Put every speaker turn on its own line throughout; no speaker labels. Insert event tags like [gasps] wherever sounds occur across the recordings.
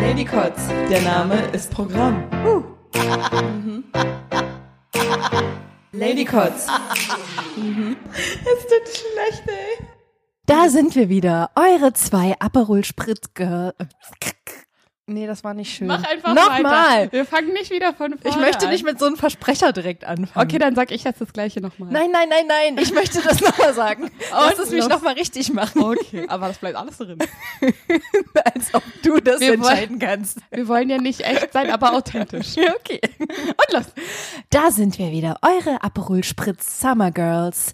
Lady Kotz, der Name ist Programm.
Uh.
[laughs] Lady
[laughs]
Kotz. Es tut schlecht, ey.
Da sind wir wieder, eure zwei Aperol Spritz. Girl- Nee, das war nicht schön.
Mach einfach
Nochmal.
weiter. Wir fangen nicht wieder von
Ich
vorne
möchte nicht
an.
mit so einem Versprecher direkt anfangen.
Okay, dann sag ich jetzt das gleiche nochmal.
Nein, nein, nein, nein. Ich möchte das nochmal
[laughs]
sagen. Lass es mich
los.
nochmal richtig machen,
[laughs]
[laughs]
Okay, aber das bleibt alles drin.
als ob du das
Wir wollen-
entscheiden kannst.
[laughs] Wir wollen ja nicht echt sein, aber authentisch.
[laughs] Okay.
Und los.
Da sind wir wieder, eure Aperol Spritz Summer Girls.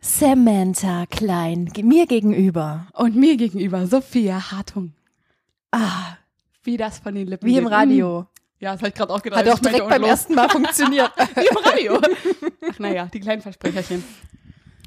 Samantha Klein, ge- mir gegenüber.
[laughs] Und mir gegenüber Sophia Hartung.
Ah,
Wie das von den Lippen.
wie im
geht.
Radio.
Ja, das habe ich gerade auch gedacht.
Hat
Mhm. Ich
auch direkt
meinte,
beim
und los.
ersten Mal funktioniert. [laughs]
Wie im Radio. [laughs] Ach naja, die kleinen Versprecherchen.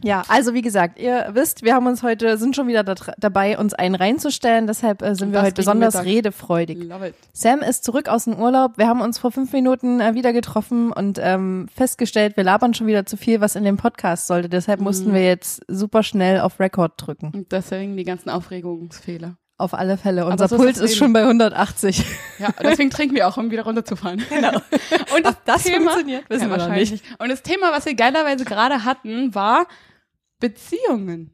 Ja, also wie gesagt, ihr wisst, wir haben uns heute, sind schon wieder da, dabei, uns einen reinzustellen. Deshalb äh, sind
Und
wir
das
heute
gegen
besonders
Mittag.
redefreudig.
Love it.
Sam ist zurück aus dem Urlaub. Wir haben uns vor fünf Minuten äh, wieder getroffen und ähm, festgestellt, wir labern schon wieder zu viel, was in dem Podcast sollte. Deshalb mussten wir jetzt super schnell auf Record drücken.
Und deswegen die ganzen Aufregungsfehler.
Auf alle Fälle. Unser
so ist
Puls
das
ist schon bei 180.
Ja, deswegen trinken wir auch, um wieder runterzufahren. Genau. [laughs] Und das,
das
Thema,
funktioniert, wissen
ja,
wir noch
wahrscheinlich
nicht.
Und das Thema, was wir geilerweise gerade hatten, war Beziehungen.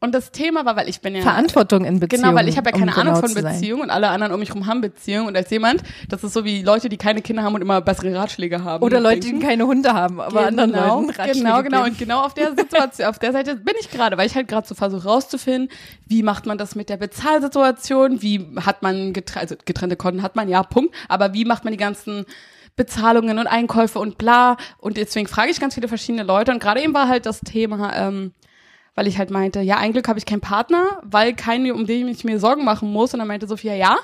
Und das Thema war, weil ich bin ja
Verantwortung in Beziehungen.
Genau, weil ich habe ja
um
keine Ahnung
genau
von
zu sein.
Beziehungen und alle anderen um mich herum haben Beziehungen und als jemand, das ist so wie Leute, die keine Kinder haben und immer bessere Ratschläge haben.
Oder Leute, die
denken.
keine Hunde haben, aber anderen
genau,
Leuten Ratschläge
Genau, genau.
geben.
Und genau auf der Situation, auf der Seite bin ich gerade, weil ich halt gerade so versuche rauszufinden, wie macht man das mit der Bezahlsituation, wie hat man getre also getrennte Konten hat man, ja, Punkt. Aber wie macht man die ganzen Bezahlungen und Einkäufe und bla. Und deswegen frage ich ganz viele verschiedene Leute. Und gerade eben war halt das Thema, ähm, weil ich halt meinte, ja, ein Glück habe ich keinen Partner, weil keinen, um den ich mir Sorgen machen muss. Und dann meinte Sophia, ja.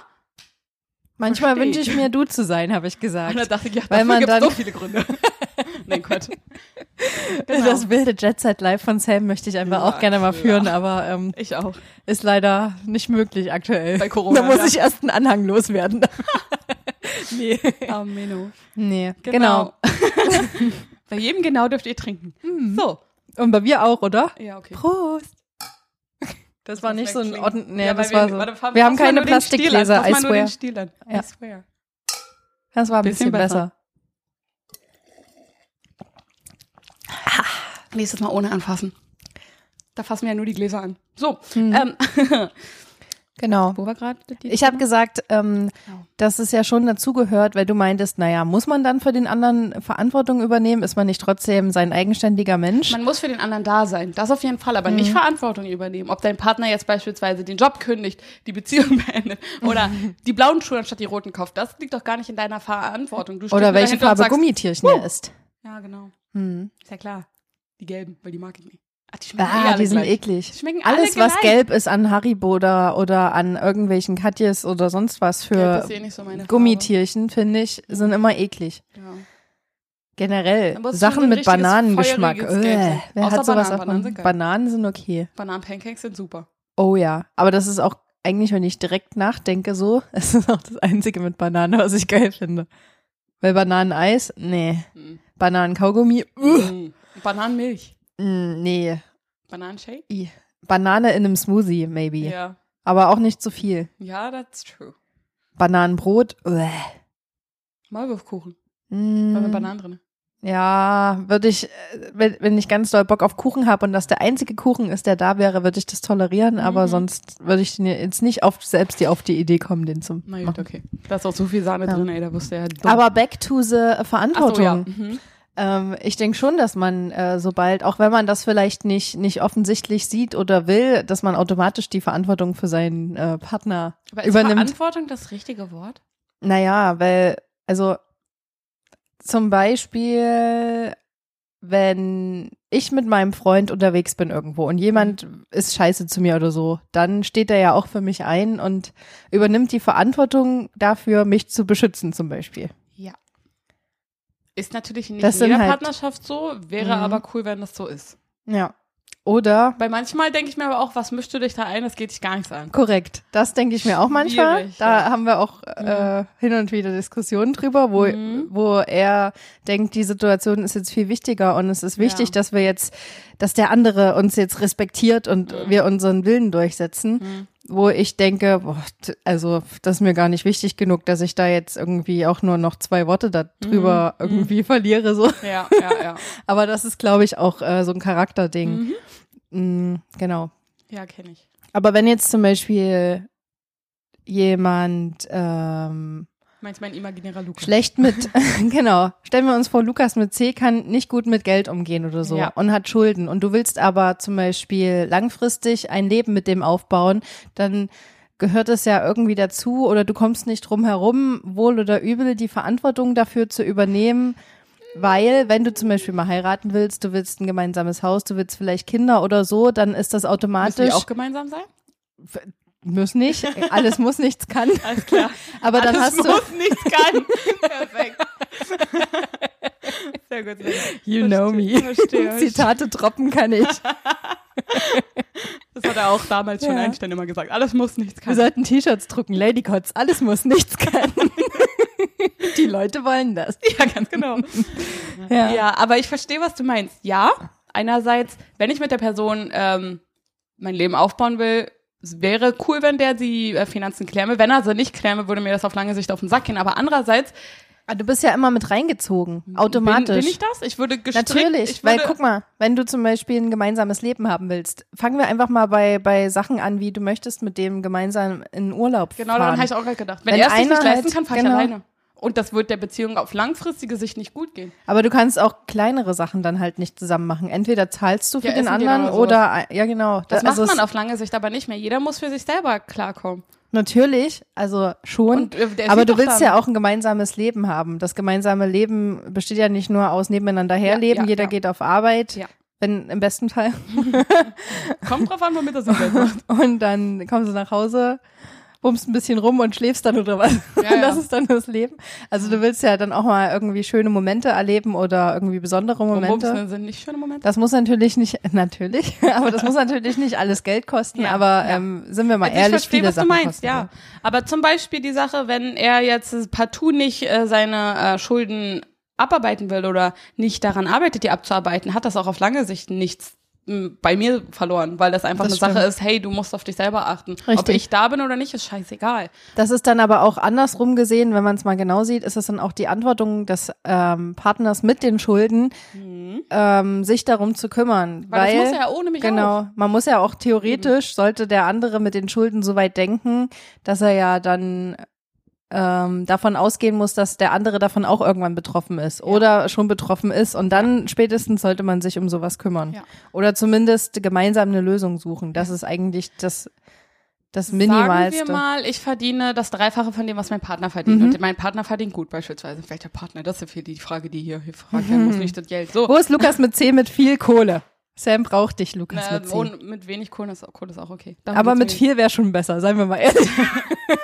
Manchmal
Verstehe
wünsche ich mir, du zu sein, habe ich gesagt.
Und dann dachte ich, ja,
Weil
dafür
man
gibt's
dann-
so viele Gründe. [laughs] Nein,
[laughs]
Gott. Genau.
Das wilde Jet Set Live von Sam möchte ich einfach
Ja,
auch gerne mal
klar.
führen, aber ähm,
Ich auch.
ist leider nicht möglich aktuell.
Bei Corona,
Da muss
ja.
ich erst einen Anhang loswerden. nee.
[laughs] Ameno.
Nee, [laughs] genau.
Genau. [laughs] bei jedem genau dürft ihr trinken.
Mhm.
So.
Und bei mir auch, oder?
Ja, okay.
Prost. Das war nicht so ein
Klingt-
Ordn nee,
Ja, weil
das war so.
warte, fass-
wir haben
fass mal
keine
nur den Stiel an,
Plastikgläser,
fass
I
mal nur
swear.
den Stiel an.
Ja.
I swear.
Das war ein bisschen,
Bisschen
besser.
besser. Nächstes Mal ohne anfassen. Da fassen wir ja nur die Gläser an. So, ähm,
[laughs] Genau.
wo war gerade die?
Hm. Ich habe gesagt, ähm,
Genau.
dass es ja schon dazugehört, weil du meintest, naja, muss man dann für den anderen Verantwortung übernehmen? Ist man nicht trotzdem sein eigenständiger Mensch?
Man muss für den anderen da sein. Das auf jeden Fall, aber nicht
Hm.
Verantwortung übernehmen. Ob dein Partner jetzt beispielsweise den Job kündigt, die Beziehung [laughs] beendet
[laughs]
oder die blauen Schuhe anstatt die roten kauft, das liegt doch gar nicht in deiner Verantwortung. Du stehst
Oder
nur
welche
dahinter und
Farbe
sagst,
Gummitierchen er ist?
Ja, genau.
Hm.
Ist ja klar. Die gelben, weil die mag ich nicht. Ach, die schmecken eh
Ah,
alle
die sind
gleich.
eklig.
Schmecken alle
Alles, was
gleich.
gelb ist an Haribo oder, oder an irgendwelchen Katjes oder sonst was
Gelb ist
für
eh nicht so meine Farbe.
Gummitierchen, finde ich, sind immer eklig.
Ja.
Generell.
Da muss schon so
Sachen
ein
mit
richtiges,
Bananengeschmack.
feuriges Gelb sein.
Äh, wer
Außer
hat sowas
Bananen,
auf
Bananen sind geil.
Bananen sind okay.
Bananen-Pancakes sind super.
Oh ja. Aber das ist auch eigentlich, wenn ich direkt nachdenke, so, [laughs] es ist auch das einzige mit Banane, was ich geil finde. Weil Bananeneis, nee.
Mhm.
Bananenkaugummi, uh,
Mhm. Bananenmilch.
mm, nee.
Bananenshake?
I. Banane in einem Smoothie, maybe.
Ja.
Aber auch nicht zu viel.
Ja, that's true.
Bananenbrot, uäh.
Maulwurfkuchen.
Mm.
Da sind Bananen drin.
Ja, würde ich, äh, wenn, wenn ich ganz doll Bock auf Kuchen habe und das der einzige Kuchen ist, der da wäre, würde ich das tolerieren,
Mhm.
aber sonst würde ich den jetzt nicht auf, selbst die auf die Idee kommen, den zu
Na
machen.
gut, okay. Da ist auch so viel Sahne
Ja.
drin, ey, da wusste er dumm.
Aber back to the
Ach
Verantwortung.
so, ja. Mhm.
Ähm, ich denke schon, dass man äh, sobald, auch wenn man das vielleicht nicht, nicht offensichtlich sieht oder will, dass man automatisch die Verantwortung für seinen äh, Partner
Aber ist
übernimmt.
Verantwortung das richtige Wort?
Naja, weil, also zum Beispiel, wenn ich mit meinem Freund unterwegs bin irgendwo und jemand ist scheiße zu mir oder so, dann steht er ja auch für mich ein und übernimmt die Verantwortung dafür, mich zu beschützen zum Beispiel.
Ja. Ist natürlich nicht
Das
in
sind
jeder
halt-
Partnerschaft so, wäre
Mhm.
aber cool, wenn das so ist.
Ja. Oder?
Weil manchmal denke ich mir aber auch, was mischst du dich da ein, das geht dich gar nichts an.
Korrekt. Das denke ich mir auch manchmal.
Schwierig,
da
ja.
haben wir auch äh, hin und wieder Diskussionen drüber, wo,
Mhm.
wo er denkt, die Situation ist jetzt viel wichtiger und es ist wichtig,
Ja.
dass wir jetzt, dass der andere uns jetzt respektiert und
Mhm.
wir unseren Willen durchsetzen. Wo ich denke, boah, t- also das ist mir gar nicht wichtig genug, dass ich da jetzt irgendwie auch nur noch zwei Worte darüber
Mhm.
irgendwie [laughs] verliere. So.
Ja, ja,
[laughs]
ja.
Aber das ist, glaube ich, auch äh, so ein Charakterding.
Mhm.
Mm, genau.
Ja, kenne ich.
Aber wenn jetzt zum Beispiel jemand ähm,
Meinst mein imaginärer Lukas?
schlecht
[laughs]
mit, [laughs] genau, stellen wir uns vor, Lukas mit C kann nicht gut mit Geld umgehen oder so
Ja.
und hat Schulden und du willst aber zum Beispiel langfristig ein Leben mit dem aufbauen, dann gehört es ja irgendwie dazu oder du kommst nicht drum herum, wohl oder übel die Verantwortung dafür zu übernehmen, weil, wenn du zum Beispiel mal heiraten willst, du willst ein gemeinsames Haus, du willst vielleicht Kinder oder so, dann ist das
Müssen
automatisch.
wir auch gemeinsam sein?
Muss nicht, alles muss, nichts kann.
Alles [laughs] klar.
Aber dann
Alles
hast du,
muss,
[laughs]
nichts kann. Perfekt. Sehr gut.
you know me.
Verstehe.
Zitate droppen kann ich.
Das hat er auch damals schon
Ja.
Einstein immer gesagt. Alles muss, nichts
Wir
kann.
sollten T-Shirts drucken, Ladycots, alles muss, nichts [laughs] kann. Die Leute wollen das.
[laughs] Ja, ganz genau.
[laughs] Ja.
Ja, aber ich verstehe, was du meinst. Ja, einerseits, wenn ich mit der Person ähm, mein Leben aufbauen will, es wäre cool, wenn der die äh, Finanzen kläme. Wenn er sie nicht kläme, würde mir das auf lange Sicht auf den Sack gehen. Aber andererseits,
Aber Ah, Du bist ja immer mit reingezogen,
bin,
automatisch.
bin ich das? Ich würde gestrickt.
Natürlich,
ich
weil
würde,
guck mal, wenn du zum Beispiel ein gemeinsames Leben haben willst, fangen wir einfach mal bei, bei Sachen an, wie du möchtest mit dem gemeinsam in Urlaub
Genau,
fahren.
daran habe ich auch gerade gedacht. Wenn,
Wenn
er es sich
einer
nicht leisten
halt-
kann, fahre
genau.
ich alleine. Und das wird der Beziehung auf langfristige Sicht nicht gut gehen.
Aber du kannst auch kleinere Sachen dann halt nicht zusammen machen. Entweder zahlst du für
Ja,
den
essen gehen
anderen
oder
oder, ja genau.
Das
also
macht
es-
man auf lange Sicht aber nicht mehr. Jeder muss für sich selber klarkommen.
Natürlich, also schon.
Und, äh, der
aber
sieht
du
doch
willst
dann-
ja auch ein gemeinsames Leben haben. Das gemeinsame Leben besteht ja nicht nur aus nebeneinander herleben.
ja,
Jeder
ja.
geht auf Arbeit,
Ja.
wenn im besten Fall. [laughs]
Kommt drauf an, womit das Geld macht.
Und dann kommst du nach Hause, bummst ein bisschen rum und schläfst dann oder was.
Ja, ja.
[laughs] das ist dann das Leben. Also du willst ja dann auch mal irgendwie schöne Momente erleben oder irgendwie besondere Momente.
Momente. sind nicht schöne Momente.
Das muss natürlich nicht, [laughs] natürlich, aber das muss natürlich nicht alles Geld kosten,
Ja,
aber
ja.
ähm, sind wir mal
Also
ehrlich,
ich verstehe,
viele
was
Sachen
du meinst,
kosten halt.
ja. Aber zum Beispiel die Sache, wenn er jetzt partout nicht äh, seine äh, Schulden abarbeiten will oder nicht daran arbeitet, die abzuarbeiten, hat das auch auf lange Sicht nichts m, bei mir verloren, weil das einfach
Das
eine Sache ist, hey, du musst auf dich selber achten. Ob
Richtig.
ich da bin oder nicht, ist scheißegal.
Das ist dann aber auch andersrum gesehen, wenn man es mal genau sieht, ist es dann auch die Verantwortung des ähm, Partners mit den Schulden, ähm, sich darum zu kümmern.
Mhm. Weil,
Weil,
das muss er ja ohne mich auch. Mhm.
genau, man muss ja auch theoretisch, sollte der andere mit den Schulden so weit denken, dass er ja dann ähm, davon ausgehen muss, dass der andere davon auch irgendwann betroffen ist oder schon betroffen ist und dann spätestens sollte man sich um sowas kümmern.
Ja.
Oder zumindest gemeinsam eine Lösung suchen. Das ist eigentlich das, das
Sagen
Minimalste.
wir mal, ich verdiene das Dreifache von dem, was mein Partner verdient.
Mhm.
Und mein Partner verdient gut beispielsweise. Welcher Partner? Das ist ja viel die Frage, die hier
[laughs]
gefragt werden muss, nicht das Geld. So.
Wo ist Lukas mit C mit viel Kohle? Sam braucht dich, Lukas
Na,
mit C.
ohne, mit wenig Kohle ist, Kohle ist auch okay. Darum
Aber
geht's
mit
mir
viel wäre schon besser, seien wir mal ehrlich.
nicht.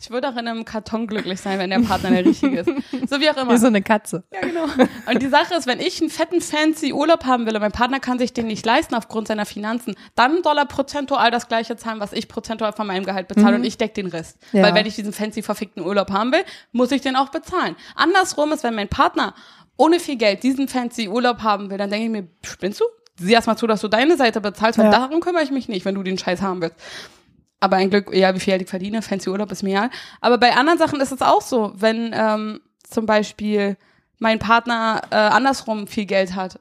Ich würde auch in einem Karton glücklich sein, wenn der Partner der richtige ist. So wie auch immer.
Wie so eine Katze.
Ja, genau. Und die Sache ist, wenn ich einen fetten, fancy Urlaub haben will und mein Partner kann sich den nicht leisten aufgrund seiner Finanzen, dann soll er prozentual das gleiche zahlen, was ich prozentual von meinem Gehalt bezahle und ich deck den Rest.
Mhm. Ja.
Weil wenn ich diesen fancy, verfickten Urlaub haben will, muss ich den auch bezahlen. Andersrum ist, wenn mein Partner ohne viel Geld diesen fancy Urlaub haben will, dann denke ich mir, spinnst du? Sieh erst mal zu, dass du deine Seite bezahlst, weil
Ja.
darum kümmere ich mich nicht, wenn du den Scheiß haben willst. Aber ein Glück, ja, wie viel ich verdiene, fancy Urlaub ist mir egal. Aber bei anderen Sachen ist es auch so, wenn ähm, zum Beispiel mein Partner äh, andersrum viel Geld hat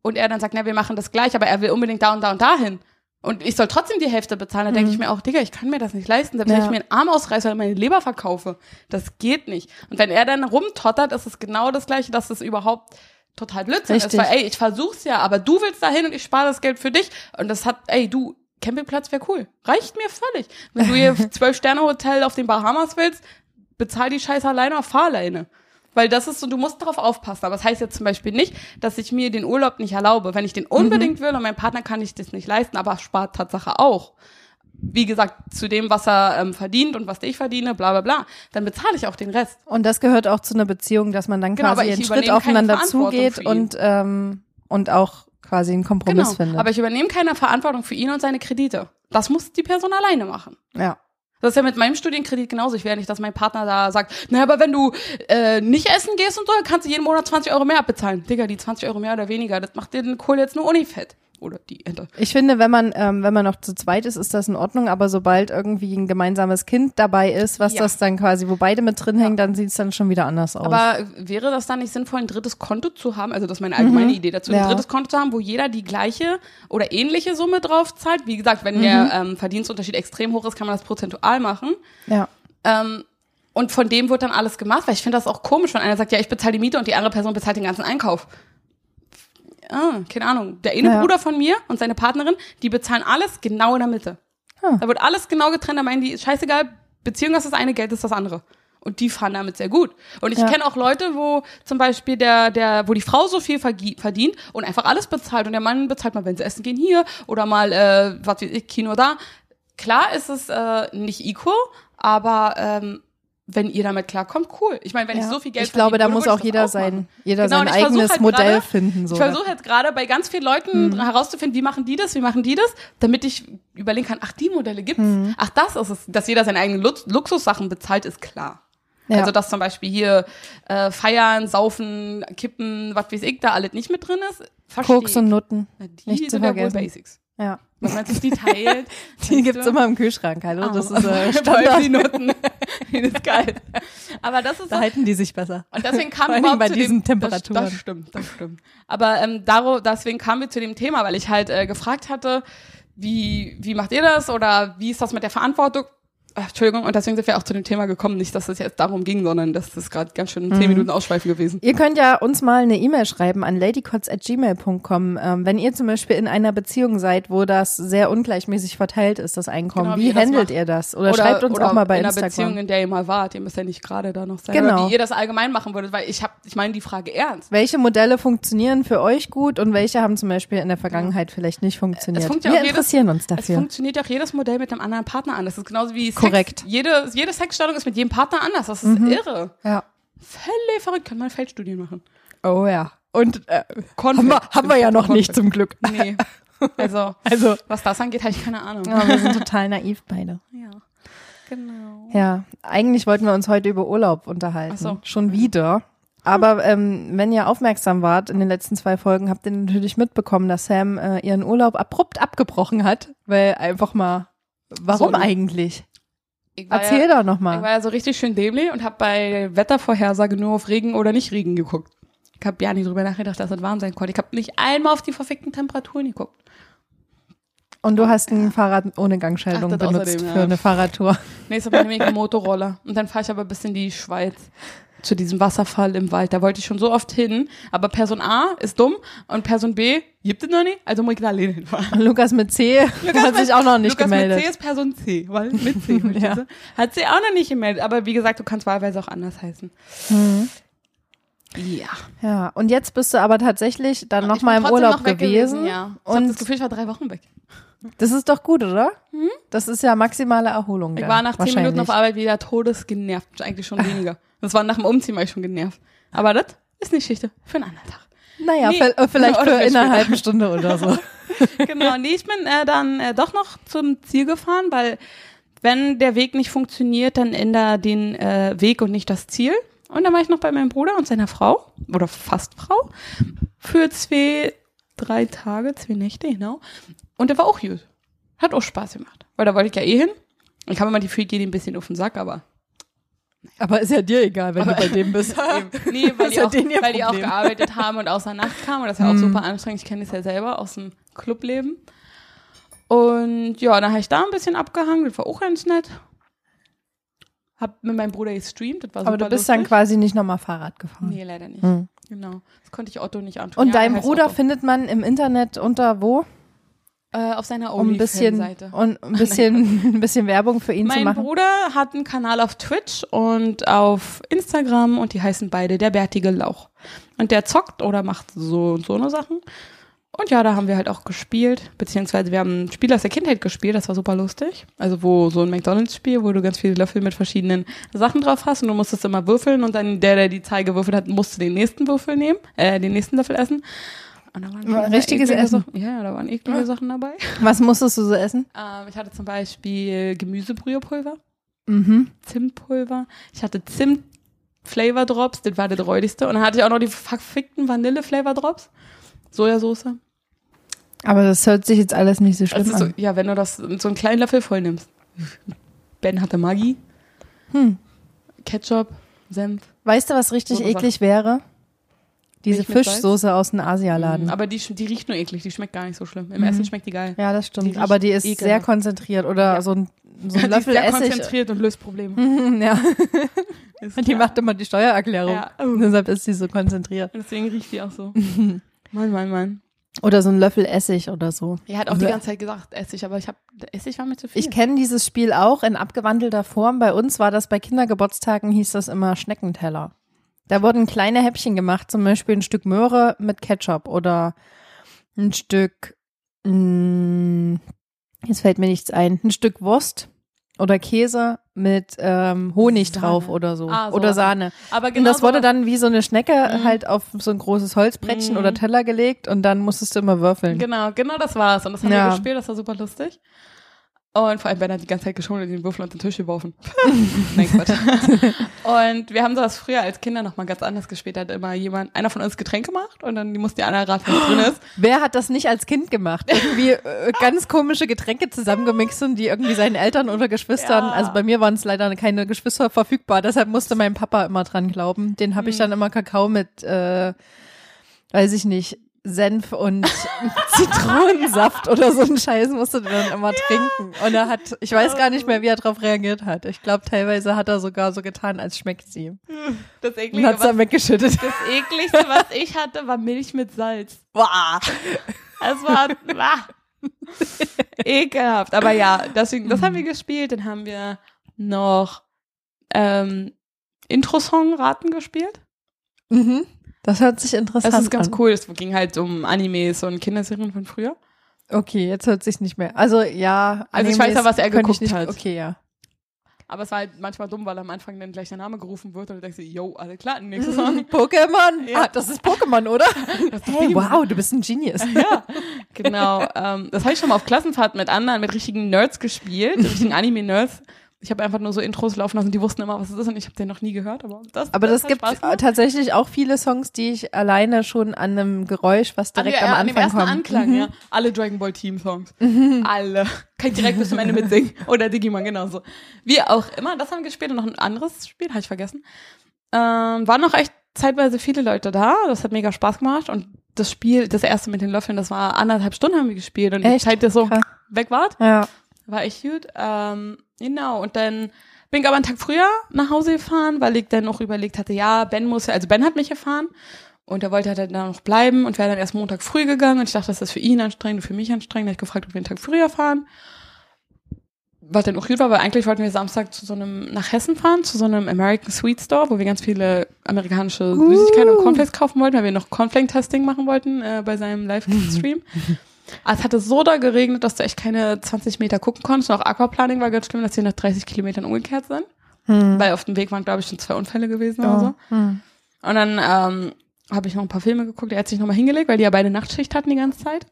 und er dann sagt, na, wir machen das gleich, aber er will unbedingt da und da und dahin. Und ich soll trotzdem die Hälfte bezahlen. Da denke ich mir auch, Digga, ich kann mir das nicht leisten. Selbst wenn
Ja.
ich mir einen Arm ausreiße oder meine Leber verkaufe, das geht nicht. Und wenn er dann rumtottert, ist es genau das Gleiche, dass es überhaupt total Blödsinn
Richtig.
ist. Weil, ey, ich versuch's ja, aber du willst dahin und ich spare das Geld für dich. Und das hat, ey, du, Campingplatz wäre cool. Reicht mir völlig. Wenn du hier Zwölf-Sterne-Hotel auf den Bahamas willst, bezahl die Scheiße alleine auf fahr alleine. Weil das ist so, du musst darauf aufpassen. Aber das heißt jetzt zum Beispiel nicht, dass ich mir den Urlaub nicht erlaube. Wenn ich den unbedingt will und mein Partner kann ich das nicht leisten, aber spart Tatsache auch. Wie gesagt, zu dem, was er ähm, verdient und was ich verdiene, bla bla bla. Dann bezahle ich auch den Rest.
Und das gehört auch zu einer Beziehung, dass man dann
Genau, aber
quasi
ich
einen Schritt
übernehme keine
aufeinander
Verantwortung für
zugeht
ihn.
und, ähm, und auch quasi einen Kompromiss
Genau.
finde.
Aber ich übernehme keine Verantwortung für ihn und seine Kredite. Das muss die Person alleine machen.
ja.
Das ist ja mit meinem Studienkredit genauso. Ich will ja nicht, dass mein Partner da sagt, naja, aber wenn du äh, nicht essen gehst und so, dann kannst du jeden Monat 20 Euro mehr abbezahlen. Digga, die 20 Euro mehr oder weniger, das macht dir den Kohl jetzt nur Uni fett. Oder die Ente.
Ich finde, wenn man, ähm, wenn man noch zu zweit ist, ist das in Ordnung, aber sobald irgendwie ein gemeinsames Kind dabei ist, was
Ja.
das dann quasi, wo beide mit drin hängen, dann sieht es dann schon wieder anders aus.
Aber wäre das dann nicht sinnvoll, ein drittes Konto zu haben? Also das ist meine allgemeine Idee dazu, ein
Mhm. Ja.
drittes Konto zu haben, wo jeder die gleiche oder ähnliche Summe drauf zahlt. Wie gesagt, wenn der
Mhm.
ähm, Verdienstunterschied extrem hoch ist, kann man das prozentual machen.
ja.
Ähm, und von dem wird dann alles gemacht, weil ich finde das auch komisch, wenn einer sagt, ja, ich bezahle die Miete und die andere Person bezahlt den ganzen Einkauf. Ah, keine Ahnung. Der eine
Ja.
Bruder von mir und seine Partnerin, die bezahlen alles genau in der Mitte.
Ah.
Da wird alles genau getrennt, da meinen die, scheißegal, Beziehung ist das eine, Geld ist das andere. Und die fahren damit sehr gut. Und ich
Ja.
kenne auch Leute, wo zum Beispiel der, der, wo die Frau so viel vergi- verdient und einfach alles bezahlt und der Mann bezahlt mal, wenn sie essen gehen hier oder mal, äh, was weiß ich, Kino da. Klar ist es äh, nicht equal, aber ähm, wenn ihr damit klarkommt, cool. Ich meine, wenn ich
Ja.
so viel Geld
ich glaube, da
verdienen würde,
muss
würde ich
auch
das
jeder
machen.
sein, jeder
Genau,
sein
und ich versuch
eigenes
halt
Modell
gerade-
finden. So, Hm.
Ich versuche jetzt gerade bei ganz vielen Leuten herauszufinden, wie machen die das, wie machen die das, damit ich überlegen kann, ach, die Modelle gibt's.
Hm.
Ach, das ist es. Dass jeder seine eigenen Lux Luxussachen bezahlt, ist klar.
Ja.
Also, dass zum Beispiel hier äh, feiern, saufen, kippen, was weiß ich, da alles nicht mit drin ist, verstehe
Koks und Nutten.
Na, Die
nicht zu
sind ja wohl
vergessen.
Basics.
Ja.
Wenn man sich die teilt.
[laughs] Die
weißt
gibt's
du?
immer im Kühlschrank, hallo. Das [laughs] ist äh,
Standard.
Standard. [laughs]
das ist geil. Aber das ist
Da halten die sich besser.
und deswegen kam
Vor allen Dingen
überhaupt
bei
zu
diesen
dem,
Temperaturen.
Das, das stimmt, das stimmt. Aber ähm, daro, deswegen kamen wir zu dem Thema, weil ich halt äh, gefragt hatte, wie, wie macht ihr das oder wie ist das mit der Verantwortung? Äh, Entschuldigung, und deswegen sind wir auch zu dem Thema gekommen. Nicht, dass es jetzt darum ging, sondern das ist gerade ganz schön
Mhm.
zehn Minuten Ausschweifen gewesen.
Ihr könnt ja uns mal eine E-Mail schreiben an ladycots.gmail.com, ähm, wenn ihr zum Beispiel in einer Beziehung seid, wo das sehr ungleichmäßig verteilt ist, das Einkommen.
Genau, wie
wie
ihr das
handelt
macht.
ihr das? Oder, schreibt uns
oder
auch mal bei
in einer Beziehung,
Instagram.
in der ihr mal wart. Ihr müsst ja nicht gerade da noch sein.
Genau.
Oder wie ihr das allgemein machen würdet, weil ich habe, ich meine die Frage ernst.
Welche Modelle funktionieren für euch gut und welche haben zum Beispiel in der Vergangenheit vielleicht nicht funktioniert?
Es funkt ja
Wir
auch jedes-
interessieren uns
Es
dafür.
funktioniert ja auch jedes Modell mit einem anderen Partner an. Das ist genauso wie Sex.
Korrekt. Mhm.
Jede, jede Sexstellung ist mit jedem Partner anders. Das ist irre.
Ja.
Völlig verrückt. Können wir Feldstudien machen.
Oh ja. Und äh, [laughs] haben,
Konfekt.
wir, haben wir ja noch
Konfekt.
nicht zum Glück. [laughs]
Nee. Also,
Also
was das angeht, habe ich keine Ahnung.
ja, wir sind total naiv beide.
Ja. Genau.
Ja, eigentlich wollten wir uns heute über Urlaub unterhalten.
Ach so. Mhm.
Schon wieder. Aber ähm, wenn ihr aufmerksam wart in den letzten zwei Folgen, habt ihr natürlich mitbekommen, dass Sam äh, ihren Urlaub abrupt abgebrochen hat, weil einfach mal, warum
So.
eigentlich?
Ich war
Erzähl
ja,
doch noch
Ich
mal.
war ja so richtig schön dämlich und habe bei Wettervorhersage nur auf Regen oder nicht Regen geguckt. Ich habe ja nicht drüber nachgedacht, dass es warm sein konnte. Ich habe nicht einmal auf die verfickten Temperaturen geguckt.
Und du hast ein Fahrrad ohne Gangschaltung
Ach, das
benutzt
außerdem,
für
ja.
eine Fahrradtour. [laughs]
Nächstes Mal nehme ich einen Motorroller. Und dann fahre ich aber bis in die Schweiz. Zu diesem Wasserfall im Wald. Da wollte ich schon so oft hin. Aber Person A ist dumm und Person B gibt es noch nicht. Also muss ich da alleine hinfahren.
Und Lukas mit C [laughs] hat sich auch noch nicht
Lukas
gemeldet.
mit C ist Person C.
[laughs]
Weil mit C.
Ja.
ja. Hat sie auch noch nicht gemeldet. Aber wie gesagt, du kannst wahlweise auch anders heißen.
Mhm.
Ja.
Ja, und jetzt bist du aber tatsächlich dann
Ich bin
nochmal im
trotzdem
Urlaub
noch weg
gewesen.
ja. Ich habe
Und
das Gefühl, ich war drei Wochen weg.
das ist doch gut, oder? Das ist ja maximale Erholung.
Ich
dann,
war nach zehn Minuten
wahrscheinlich.
auf Arbeit wieder todesgenervt.
[laughs]
Eigentlich schon weniger. Das war nach dem Umziehen war ich schon genervt. Aber das ist eine Geschichte für einen anderen Tag.
Naja,
Nee. [laughs]
ver- äh, vielleicht für
Oder
in
vielleicht
einer
später.
halben Stunde oder
[laughs]
so.
Genau, nee, ich bin äh, dann äh, doch noch zum Ziel gefahren, weil wenn der Weg nicht funktioniert, dann ändere den äh, Weg und nicht das Ziel. Und dann war ich noch bei meinem Bruder und seiner Frau, oder fast Frau, für zwei, drei Tage, zwei Nächte, genau. Und der war auch gut. Hat auch Spaß gemacht. Weil da wollte ich ja eh hin. Ich habe immer die Freaky ein bisschen auf den Sack, aber
Aber ist ja dir egal, wenn du bei dem bist.
Eben. Nee, weil,
Ist
die
ja
auch,
denen ihr
weil die auch
Problem. Hm.
gearbeitet haben und außer Nacht kamen. Und das war auch super anstrengend. Ich kenne das ja selber aus dem Clubleben. Und ja, dann habe ich da ein bisschen abgehangen. Das war auch ganz nett. Hab mit meinem Bruder gestreamt. Das war super
[laughs] Aber du bist
lustig.
dann quasi nicht nochmal Fahrrad gefahren.
Nee, leider nicht.
Hm.
Genau. Das konnte ich Otto nicht antun.
Und
Ja,
deinen
er heißt
Bruder
Otto.
findet man im Internet unter wo?
äh, auf seiner
Um ein bisschen,
OnlyFans-Seite. [laughs]
und ein bisschen, ein bisschen Werbung für ihn zu
Mein
machen.
Bruder hat einen Kanal auf Twitch und auf Instagram und die heißen beide der bärtige Lauch. Und der zockt oder macht so und so eine Sachen. Und ja, da haben wir halt auch gespielt, beziehungsweise wir haben ein Spiel aus der Kindheit gespielt, das war super lustig. Also wo so ein McDonalds-Spiel, wo du ganz viele Löffel mit verschiedenen Sachen drauf hast und du musstest immer würfeln und dann der, der die Zahl gewürfelt hat, musste den nächsten Würfel nehmen, äh, den nächsten Löffel essen. Und da waren
War
schon sehr
richtiges
eklige
Essen.
Sachen- Ja, da waren eklige Sachen dabei.
Was musstest du so essen?
Ähm, ich hatte zum Beispiel Gemüsebrühepulver,
Mhm.
Zimtpulver. Ich hatte Zimt Flavor Drops, das war das räudigste. Und dann hatte ich auch noch die verfickten Vanille Flavor Drops. Sojasauce.
Aber das hört sich jetzt alles nicht so schlimm
Also so,
an.
ja, wenn du das in so einen kleinen Löffel voll nimmst. Ben hatte Maggi,
Hm.
Ketchup, Senf.
Weißt du, was richtig
Oder was?
eklig wäre? Diese
Milch mit Mhm.
Fischsoße aus dem Asialaden.
Aber die, sch- die riecht nur eklig, die schmeckt gar nicht so schlimm. Im
Mhm.
Essen schmeckt die geil.
ja, das
die
stimmt.
riecht
Aber die ist sehr
ekelhaft.
konzentriert oder
Ja.
so ein, so
[laughs]
ein
die ist
Löffel
sehr
Essig.
konzentriert und löst Probleme.
Mhm, [laughs] ja.
Ist
Und die
klar.
macht immer die Steuererklärung.
Ja.
Und [laughs] deshalb ist sie so konzentriert.
Und deswegen riecht die
[laughs]
auch so. Mann, Mann, Mann.
Oder so ein Löffel Essig oder so.
Er hat auch die ganze Zeit gesagt, Essig, aber ich habe Essig war mir zu viel.
Also- Ich kenne dieses Spiel auch in abgewandelter Form. Bei uns war das bei Kindergeburtstagen, hieß das immer Schneckenteller. Da wurden kleine Häppchen gemacht, zum Beispiel ein Stück Möhre mit Ketchup oder ein Stück, mh, jetzt fällt mir nichts ein, ein Stück Wurst oder Käse mit ähm, Honig
Sahne.
drauf oder so.
Ah, so.
oder Sahne.
aber genau
Und das wurde
sowas-
dann wie so eine Schnecke halt auf so ein großes Holzbrettchen
Mhm.
oder Teller gelegt und dann musstest du immer würfeln.
Genau, genau das war's. Und das haben
Ja.
wir gespielt, das war super lustig. Und vor allem Ben hat die ganze Zeit geschummelt und den Würfel unter den Tisch
[laughs]
geworfen. Nein, Quatsch. und wir haben sowas früher als Kinder nochmal ganz anders gespielt. Da hat immer jemand, einer von uns Getränk gemacht und dann musste die andere raten,
[gasps]
was drin ist.
Wer hat das nicht als Kind gemacht? Irgendwie äh, ganz komische Getränke zusammengemixt und die irgendwie seinen Eltern oder Geschwistern,
Ja.
also bei mir waren es leider keine Geschwister verfügbar, deshalb musste mein Papa immer dran glauben. Den
Hm.
habe ich dann immer Kakao mit, äh, weiß ich nicht, Senf
[laughs]
und Zitronensaft oder so einen Scheiß musste der dann immer trinken. Und er hat, ich weiß gar
Oh.
nicht mehr, wie er darauf reagiert hat. Ich glaube, teilweise hat er sogar so getan, als schmeckt sie.
Das
Und
Eklige,
hat es
was,
dann
[laughs]
weggeschüttet.
das Ekligste, was ich hatte, war Milch mit Salz.
Boah.
Es war ah, ekelhaft. Aber ja, deswegen, das
Mhm.
haben wir gespielt. Dann haben wir noch ähm, Intro-Song-Raten gespielt.
Mhm. Das hört sich interessant
Das
an.
ist ganz cool. Es ging halt um Animes und Kinderserien von früher.
Okay, jetzt hört sich's nicht mehr. Also ja,
Also ich
Animes
weiß ja, was er
könnte ich
geguckt
nicht,
hat.
Okay,
[laughs]
ja.
Aber es war halt manchmal dumm, weil am Anfang dann gleich der Name gerufen wird und du denkst, dir, yo, alle klar, nächste Song.
Pokémon.
Ja.
Ah, das ist Pokémon,
[laughs]
oder? [laughs] Hey, wow, du bist ein Genius.
Ja, genau. Ähm, das habe ich schon mal auf Klassenfahrt mit anderen, mit richtigen Nerds gespielt, richtigen Anime-Nerds. Ich habe einfach nur so Intros laufen lassen, die wussten immer, was es ist und ich habe den noch nie gehört. Aber das,
Aber das,
hat
gibt
Spaß
äh,
gemacht.
tatsächlich auch viele Songs, die ich alleine schon an einem Geräusch, was direkt
ja,
am
an dem
Anfang Mhm.
ersten
kommt.
Anklang, ja. Alle Dragon Ball Team Songs. Alle. Kann ich direkt bis zum
[laughs]
Ende mitsingen. Oder Digimon, genauso. Wie auch immer, das haben wir gespielt und noch ein anderes Spiel, habe ich vergessen. Ähm, waren noch echt zeitweise viele Leute da. Das hat mega Spaß gemacht. Und das Spiel, das erste mit den Löffeln, das war anderthalb Stunden haben wir gespielt. Und die
Echt?
Zeit, das so
Krass.
weg war,
Ja.
war echt gut. Ähm, genau, und dann bin ich aber einen Tag früher nach Hause gefahren, weil ich dann noch überlegt hatte, ja, Ben muss ja, also Ben hat mich gefahren und er wollte halt dann da noch bleiben und wäre dann erst Montag früh gegangen und ich dachte, das ist für ihn anstrengend und für mich anstrengend. Da hab ich gefragt, ob wir einen Tag früher fahren. Was dann auch gut war, weil eigentlich wollten wir Samstag zu so einem, nach Hessen fahren, zu so einem American Sweet Store, wo wir ganz viele amerikanische Süßigkeiten und Cornflakes kaufen wollten, weil wir noch Cornflake-Testing machen wollten äh, bei seinem Live-Stream. Aber Ah, Es hatte so da geregnet, dass du echt keine 20 Meter gucken konntest. Und auch Aquaplaning war ganz schlimm, dass wir nach 30 Kilometern umgekehrt sind.
Hm.
Weil auf dem Weg waren, glaube ich, schon zwei Unfälle gewesen oder so.
Ja. Hm.
Und dann ähm, habe ich noch ein paar Filme geguckt. Er hat sich nochmal hingelegt, weil die ja beide Nachtschicht hatten die ganze Zeit.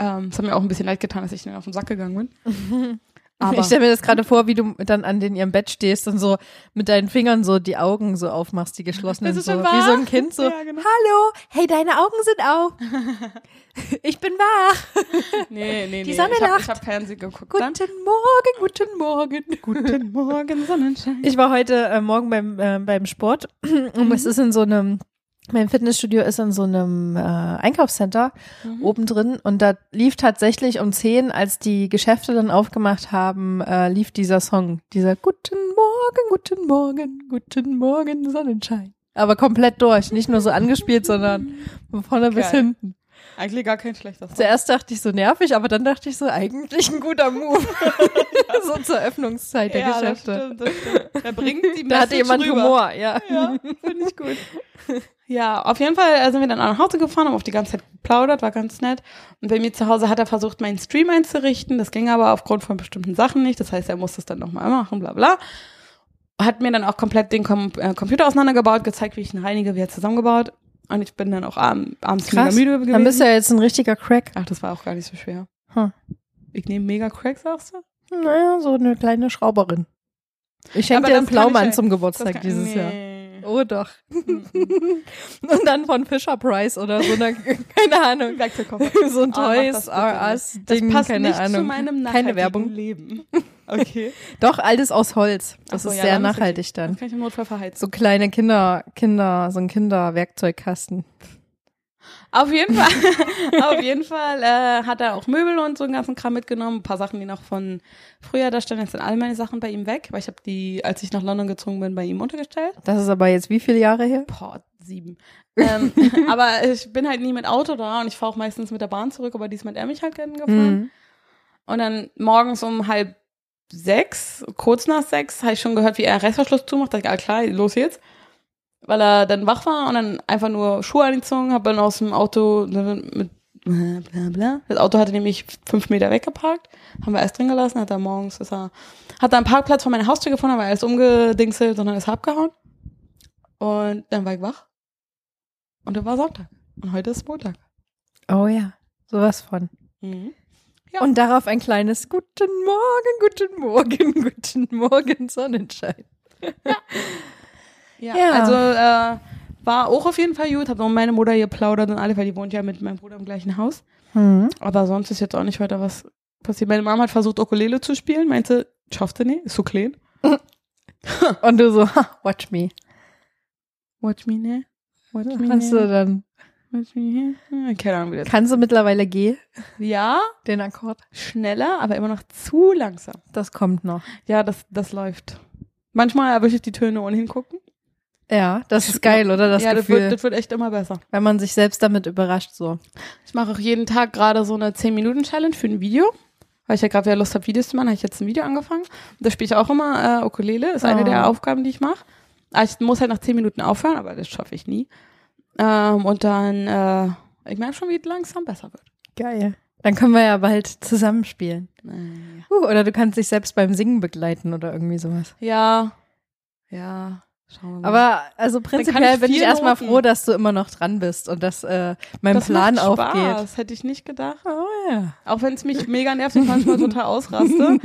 Ähm, es hat mir auch ein bisschen leid getan, dass ich ihnen auf den Sack gegangen bin.
[laughs]
Aber
Ich stelle mir das gerade vor, wie du dann an den, ihrem Bett stehst und so mit deinen Fingern so die Augen so aufmachst, die geschlossenen.
Bist du
so,
schon
wie
wach?
so ein Kind so.
Ja, genau.
Hallo, hey, deine Augen sind auf.
[laughs]
ich bin wach.
nee, nee, nee.
Die Sonne
ich habe
lacht.
hab Fernsehen geguckt. dann.
Guten Morgen, guten Morgen.
Guten Morgen, Sonnenschein.
Ich war heute äh, Morgen beim, äh, beim Sport [clears throat] und
Mhm.
es ist in so einem, mein Fitnessstudio ist in so einem äh, Einkaufscenter
Mhm.
oben drin und da lief tatsächlich um 10, als die Geschäfte dann aufgemacht haben, äh, lief dieser Song, dieser Guten Morgen, guten Morgen, guten Morgen, Sonnenschein. Aber komplett durch, nicht nur so angespielt, sondern von vorne bis
Geil.
hinten.
Eigentlich gar
[laughs]
kein schlechter Song.
Zuerst dachte ich so nervig, aber dann dachte ich so, eigentlich ein guter
[laughs]
Move. [laughs] so zur Öffnungszeit der
ja, das
Geschäfte.
stimmt, das stimmt. Da bringt die Message
Da hatte jemand
rüber.
Humor, ja.
Ja, finde ich gut. [laughs] Ja, auf jeden Fall äh, sind wir dann nach Hause gefahren, haben auch die ganze Zeit geplaudert, war ganz nett. Und bei mir zu Hause hat er versucht, meinen Stream einzurichten. Das ging aber aufgrund von bestimmten Sachen nicht. Das heißt, er musste es dann nochmal machen, bla bla. Hat mir dann auch komplett den Kom äh, Computer auseinandergebaut, gezeigt, wie ich ihn reinige, wie er zusammengebaut Und ich bin dann auch abends abends mega
Krass.
müde gewesen.
Dann bist du ja jetzt ein richtiger Crack.
Ach, das war auch gar nicht so schwer.
Hm.
Ich nehme mega Crack, sagst du?
Naja, so eine kleine Schrauberin. Ich schenke
Aber
dir
das
einen
kann ich
Blaumann
ja-
zum
Das
Geburtstag
kann-
dieses Jahr.
[laughs] Nee.
Oh doch. Und dann von Fisher Price oder so [laughs] einer, keine Ahnung.
Werkzeugkoffer.
So ein
ne? Oh, mach
Toys
das bitte
R
nicht.
Us Ding,
passt
keine
nicht
Ahnung.
zu meinem
keine
nachhaltigen
Werbung.
Leben. [laughs] Okay.
Doch, alles aus Holz. Das
Ach so,
ist
ja,
sehr
dann ist okay.
nachhaltig
Dann
dann.
kann ich im Notfall verheizen.
So kleine Kinder, Kinder, so ein Kinderwerkzeugkasten.
Auf jeden Fall, [laughs] auf jeden Fall äh, hat er auch Möbel und so einen ganzen Kram mitgenommen. Ein paar Sachen, die noch von früher da standen. Jetzt sind all meine Sachen bei ihm weg, weil ich habe die, als ich nach London gezogen bin, bei ihm untergestellt.
Das ist aber jetzt wie viele Jahre her?
Boah, sieben. Ähm, aber ich bin halt nie mit Auto da und ich fahre auch meistens mit der Bahn zurück, aber diesmal hat er mich halt gerne gefahren.
Mhm.
Und dann morgens um halb sechs, kurz nach sechs, habe ich schon gehört, wie er Reißverschluss zumacht. Dachte ich, ah, klar, los jetzt. Weil er dann wach war und dann einfach nur Schuhe angezogen, habe dann aus dem Auto ne, mit bla bla bla. Das Auto hatte nämlich fünf Meter weggeparkt, haben wir erst drin gelassen, hat er morgens, ist er, hat er einen Parkplatz vor meiner Haustür gefunden, aber er ist umgedingselt und dann ist er abgehauen. Und dann war ich wach. Und dann war Sonntag. Und heute ist Montag.
Oh ja, sowas von.
Mhm. Ja.
Und darauf ein kleines Guten Morgen, guten Morgen, [laughs] guten Morgen, Sonnenschein.
Ja,
Ja.
also äh, war auch auf jeden Fall gut. Hab auch mit meiner Mutter geplaudert und alle, weil die wohnt ja mit meinem Bruder im gleichen Haus. Aber sonst ist jetzt auch nicht weiter was passiert. Meine Mama hat versucht, Ukulele zu spielen, meinte, schaffte nie, ist zu klein.
Und du so, ha, watch me.
Watch me, ne? Watch me,
Kannst du
ne?
dann,
Watch me, ne? Keine Ahnung, wie das
kannst du mittlerweile G,
Ja,
den Akkord?
schneller, aber immer noch zu langsam.
Das kommt noch.
Ja, das, das läuft. Manchmal erwische ich die Töne ohne hingucken.
Ja, das ist geil, oder? Das
[laughs] ja, das
Gefühl,
wird, das wird echt immer besser.
wenn man sich selbst damit überrascht, so.
Ich mache auch jeden Tag gerade so eine 10-Minuten-Challenge für ein Video. Weil ich ja gerade wieder Lust habe, Videos zu machen, habe ich jetzt ein Video angefangen. Und da spiele ich auch immer äh, Ukulele, ist eine
Oh.
der Aufgaben, die ich mache. Aber Ich muss halt nach 10 Minuten aufhören, aber das schaffe ich nie. Ähm, und dann, äh, ich merke schon, wie es langsam besser wird.
Geil. Dann können wir ja bald zusammenspielen.
Naja.
Uh, oder du kannst dich selbst beim Singen begleiten oder irgendwie sowas.
Ja, ja, schauen wir mal.
Aber also prinzipiell
ich
bin ich
vier
erstmal
Noten.
froh, dass du immer noch dran bist und dass äh, mein
das
Plan
macht Spaß.
aufgeht.
hätte ich nicht gedacht.
Oh ja.
Auch wenn es mich mega nervt und manchmal total [laughs] ausraste.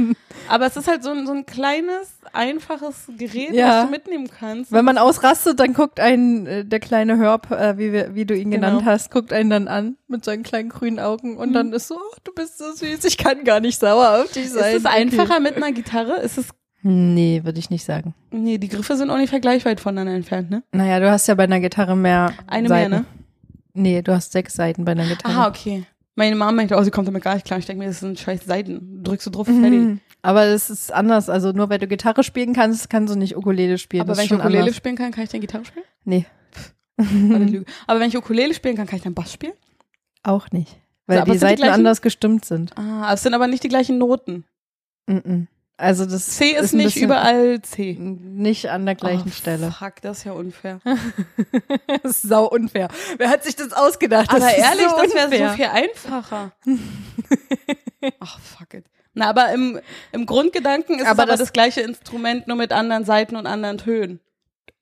Aber es ist halt so ein, so ein kleines, einfaches Gerät,
Ja.
was du mitnehmen kannst.
Wenn man ausrastet, dann guckt einen äh, der kleine Herb, äh, wie, wir, wie du ihn
Genau. Mhm.
genannt hast, guckt einen dann an mit seinen kleinen grünen Augen und dann ist so, oh, du bist so süß, ich kann gar nicht sauer auf dich sein.
Ist es einfacher mit einer Gitarre? Ist es.
Nee, würde ich nicht sagen.
Nee, die Griffe sind auch nicht vergleichbar weit voneinander entfernt, ne?
Naja, du hast ja bei einer Gitarre mehr
Eine
Seiten.
mehr, ne?
Nee, du hast sechs Seiten bei einer Gitarre.
Aha, okay. Meine Mama meinte, oh, sie kommt damit gar nicht klar. Ich denke mir, das sind scheiß Seiten. Drückst du drauf, fertig.
Mhm. Aber das ist anders. Also nur weil du Gitarre spielen kannst, kannst du nicht Ukulele spielen.
Aber
das
wenn
ist
ich
schon
Ukulele
anders.
spielen kann, kann ich dann Gitarre spielen?
Nee, [laughs]
War eine Lüge. Aber wenn ich Ukulele spielen kann, kann ich dann Bass spielen?
auch nicht. Weil die
aber sind die
Seiten
gleichen?
anders gestimmt sind.
Ah, es sind aber nicht die gleichen Noten.
Mhm. Also das
C ist,
ein
nicht
bisschen-
überall C.
Nicht an der gleichen
Oh,
Stelle.
Fuck, das ist ja unfair. [laughs]
Das ist sau unfair. Wer hat sich das ausgedacht?
aber ehrlich, das wäre
unfair.
so viel einfacher. [laughs] Ach, fuck it. Na, aber im, im Grundgedanken ist
Aber
es aber
das-
das, gleiche Instrument, nur mit anderen Seiten und anderen Tönen.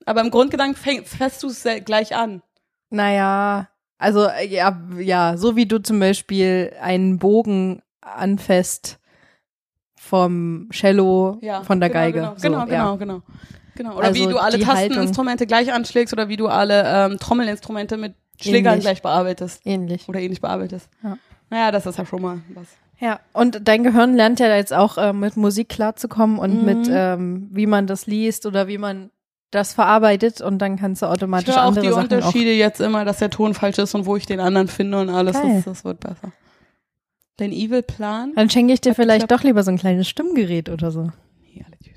Aber im Grundgedanken fäng, fährst du es se- gleich an.
Naja, also äh, ja, ja, so wie du zum Beispiel einen Bogen anfasst vom Cello,
Ja,
von der
genau,
Geige.
Genau,
so,
genau,
ja.
genau, genau. Genau. Oder
Also
wie du alle
die
Tasteninstrumente gleich anschlägst oder wie du alle ähm, Trommelinstrumente mit Schlägern
Ähnlich.
gleich bearbeitest.
Ähnlich.
Oder ähnlich bearbeitest.
Ja.
Naja, das ist ja schon mal was.
Ja, und dein Gehirn lernt ja jetzt auch äh, mit Musik klarzukommen und
Mhm.
mit, ähm, wie man das liest oder wie man das verarbeitet und dann kannst du
Ich
automatisch
höre auch
andere
die
Sachen
Unterschiede jetzt immer, dass der Ton falsch ist und wo ich den anderen finde und alles.
Geil.
Das, das wird besser. Dein Evil-Plan?
Dann schenke ich dir
Hat
vielleicht
geklappt.
doch lieber so ein kleines Stimmgerät oder so.
Nee, alle Tüte.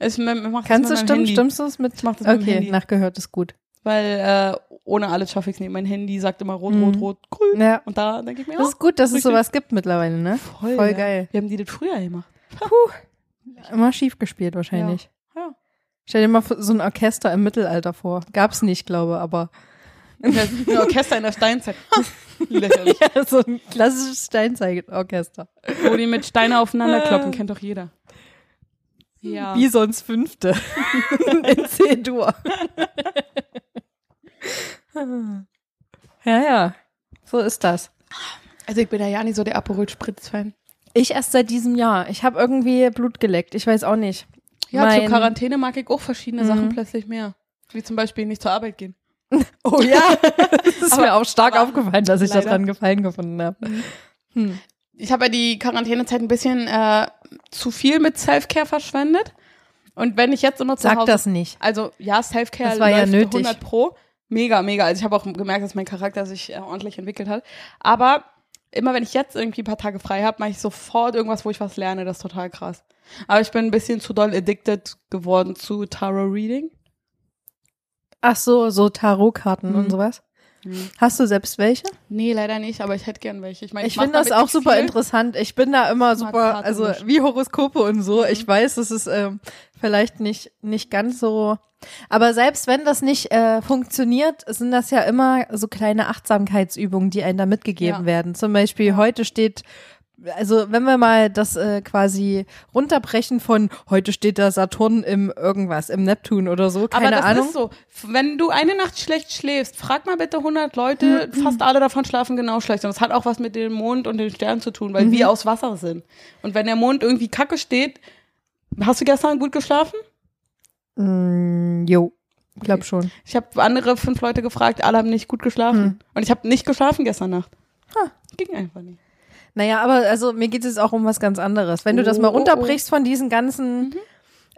Ich m- m- mach das
Kannst du
mit meinem
stimmen?
Handy,
Stimmst du es mit?
Ich mach das mit meinem
okay,
Handy.
nachgehört ist gut.
Weil äh, ohne alles schaffe ich es nicht. Mein Handy sagt immer rot,
Mhm.
rot, rot, grün.
Ja.
Und da denke ich mir,
Das
oh,
ist gut, dass es
Richtig.
sowas gibt mittlerweile, ne?
voll,
voll
ja.
geil.
Wie haben die das früher gemacht?
Immer schief gespielt wahrscheinlich.
Ja.
Stell dir mal so ein Orchester im Mittelalter vor. Gab's nicht, glaube, aber [laughs]
Das ist [laughs] Ein Orchester in der Steinzeit. Ha, Lächerlich.
so ein klassisches Steinzeitorchester.
Wo die mit Steine aufeinander kloppen, kennt doch jeder.
[laughs]
Ja.
Bisons Fünfte in C-Dur. Ja, ja. So ist das.
Also ich bin da ja nicht so der Aperol-Spritz-Fan.
Ich erst seit diesem Jahr. Ich habe irgendwie Blut geleckt. Ich weiß auch nicht.
Ja,
Mein-
zur Quarantäne mag ich auch verschiedene
Mhm.
Sachen plötzlich mehr. Wie zum Beispiel nicht zur Arbeit gehen.
Oh ja. das ist
Aber-
mir auch stark
aber
aufgefallen, dass ich
leider-
daran gefallen gefunden habe.
ich habe ja die Quarantänezeit ein bisschen äh, zu viel mit Selfcare verschwendet. Und wenn ich jetzt immer zu
Sag
Hause,
das nicht.
also ja, Selfcare
Das war ja
läuft
nötig.
100 pro, mega, mega. Also ich habe auch gemerkt, dass mein Charakter sich äh, ordentlich entwickelt hat. Aber immer wenn ich jetzt irgendwie ein paar Tage frei habe, mache ich sofort irgendwas, wo ich was lerne. Das ist total krass. Aber ich bin ein bisschen zu doll addicted geworden zu Tarot Reading.
Ach so, so Tarotkarten
Mhm.
und sowas.
Mhm.
Hast du selbst welche?
Nee, leider nicht, aber ich hätte gern welche. Ich, meine,
Ich
mach
finde das
damit
auch
nicht
super
viel.
interessant. Ich bin da immer
Ich mag
super,
Karten
also
nicht. Mhm.
wie Horoskope und so. Ich weiß, das ist ähm, vielleicht nicht, nicht ganz so. Aber selbst wenn das nicht äh, funktioniert, sind das ja immer so kleine Achtsamkeitsübungen, die einem da mitgegeben
Ja.
werden. Zum Beispiel heute steht. Also wenn wir mal das äh, quasi runterbrechen von heute steht da Saturn im irgendwas, im Neptun oder so, keine
aber das
Ahnung.
ist so. F- Wenn du eine Nacht schlecht schläfst, frag mal bitte 100 Leute,
Mhm.
fast alle davon schlafen genau schlecht. Und das hat auch was mit dem Mond und den Sternen zu tun,
Mhm.
weil wir aus Wasser sind. Und wenn der Mond irgendwie kacke steht, hast du gestern gut geschlafen?
Mm, jo, glaub schon.
Ich habe andere fünf Leute gefragt, alle haben nicht gut geschlafen.
Mhm.
Und ich habe nicht geschlafen gestern Nacht.
Ah.
Ging einfach nicht.
Naja, aber also mir geht es auch um was ganz anderes. Wenn du das mal
Oh, Mhm. oh,
runterbrichst von diesen ganzen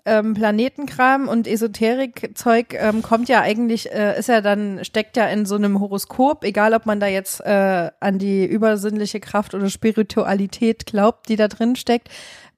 ähm, Planetenkram und Esoterik-Zeug, ähm, kommt ja eigentlich, äh, ist ja dann, steckt ja in so einem Horoskop, egal ob man da jetzt äh, an die übersinnliche Kraft oder Spiritualität glaubt, die da drin steckt.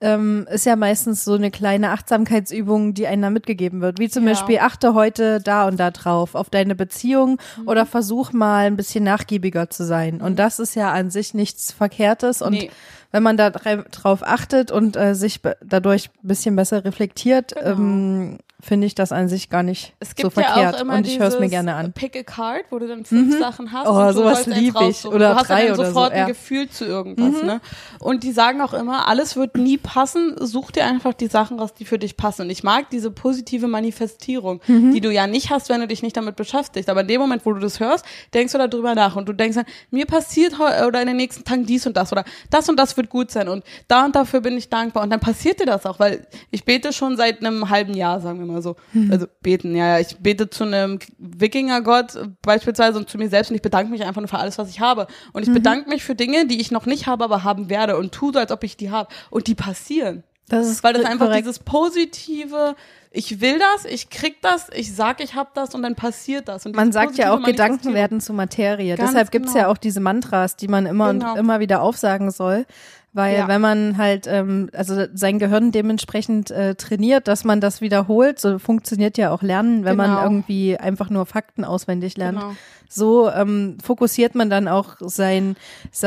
Ähm, ist ja meistens so eine kleine Achtsamkeitsübung, die einem da mitgegeben wird. Wie zum
Ja.
Beispiel, achte heute da und da drauf, auf deine Beziehung
Mhm.
oder versuch mal ein bisschen nachgiebiger zu sein. Und das ist ja an sich nichts Verkehrtes. Und
Nee.
wenn man da drei- drauf achtet und äh, sich be- dadurch ein bisschen besser reflektiert,
Genau.
ähm, finde ich das an sich gar nicht
Es
so
gibt ja
verkehrt.
auch immer
und ich höre es mir
dieses
gerne an.
Pick a card, wo du dann fünf Sachen hast.
Oh,
und du
sowas
sollst eins
lieb ich.
raussuchen.
Oder
du hast ja
drei
dann
oder so,
sofort
ja. Mhm.
ein Gefühl zu irgendwas. Ne? Und die sagen auch immer, alles wird nie passen. Such dir einfach die Sachen raus, die für dich passen. Und ich mag diese positive Manifestierung,
Mhm.
die du ja nicht hast, wenn du dich nicht damit beschäftigst. Aber in dem Moment, wo du das hörst, denkst du darüber nach und du denkst dann, mir passiert heu- oder in den nächsten Tagen dies und das oder das und das wird gut sein und da und dafür bin ich dankbar. Und dann passiert dir das auch, weil ich bete schon seit einem halben Jahr, sagen wir mal so.
Hm.
Also beten, ja, ja. Ich bete zu einem Wikingergott äh, beispielsweise und zu mir selbst und ich bedanke mich einfach nur für alles, was ich habe. Und
Mhm.
ich bedanke mich für Dinge, die ich noch nicht habe, aber haben werde und tue so, als ob ich die habe. Und die passieren.
Das ist
Weil das einfach
korrekt.
dieses positive, ich will das, ich krieg das, ich sag, ich hab das und dann passiert das. Und
Man
dieses
sagt ja
positive
auch, Gedanken
Manifestieren.
werden zu Materie.
Ganz
Deshalb gibt's ja
genau.
auch diese Mantras, die man immer
Genau.
und immer wieder aufsagen soll. Weil
Ja.
wenn man halt, ähm, also sein Gehirn dementsprechend äh, trainiert, dass man das wiederholt, so funktioniert ja auch Lernen, wenn man
Genau.
irgendwie einfach nur Fakten auswendig lernt.
Genau.
So ähm, fokussiert man dann auch sein,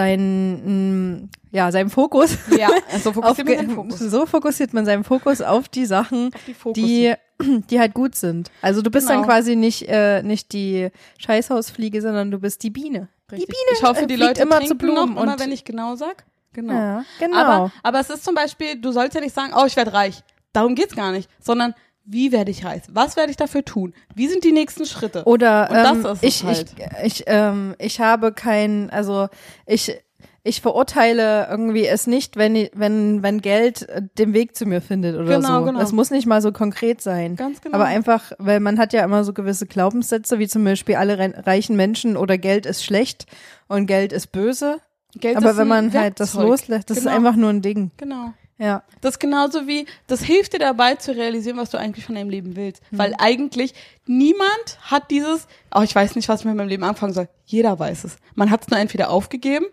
sein, mh, ja, seinen Fokus.
Ja, also
Auf, [laughs]
fokussieren wir den Fokus.
so fokussiert man seinen Fokus auf die Sachen,
Die Fokus.
die, die halt gut sind. Also du bist dann
Genau.
quasi nicht, äh, nicht die Scheißhausfliege, sondern du bist die Biene.
Richtig.
Die Biene
ich hoffe, die
äh, fliegt
Leute
immer
trinken
zu Blumen
noch, immer
und-
wenn ich genau sag. Genau.
Ja, genau.
Aber, aber es ist zum Beispiel, du sollst ja nicht sagen, oh, ich werde reich. Darum geht's gar nicht, sondern wie werde ich reich? Was werde ich dafür tun? Wie sind die nächsten Schritte?
Oder
Und das
ähm,
ist es
ich,
halt.
ich, ich, ähm, ich habe kein, also ich, ich verurteile irgendwie es nicht, wenn, i- wenn, wenn Geld äh, den Weg zu mir findet oder
Genau,
so.
genau.
Das muss nicht mal so konkret sein.
Ganz genau.
Aber einfach, weil man hat ja immer so gewisse Glaubenssätze, wie zum Beispiel alle rei- reichen Menschen oder Geld ist schlecht und Geld ist böse.
Geld
Aber
ist
wenn
ein
man halt das
Werkzeug.
loslässt, das
Genau.
ist einfach nur ein Ding.
Genau.
Ja.
Das ist genauso wie, das hilft dir dabei zu realisieren, was du eigentlich von deinem Leben willst.
Hm.
Weil eigentlich niemand hat dieses, oh, ich weiß nicht, was ich mit meinem Leben anfangen soll. Jeder weiß es. Man hat es nur entweder aufgegeben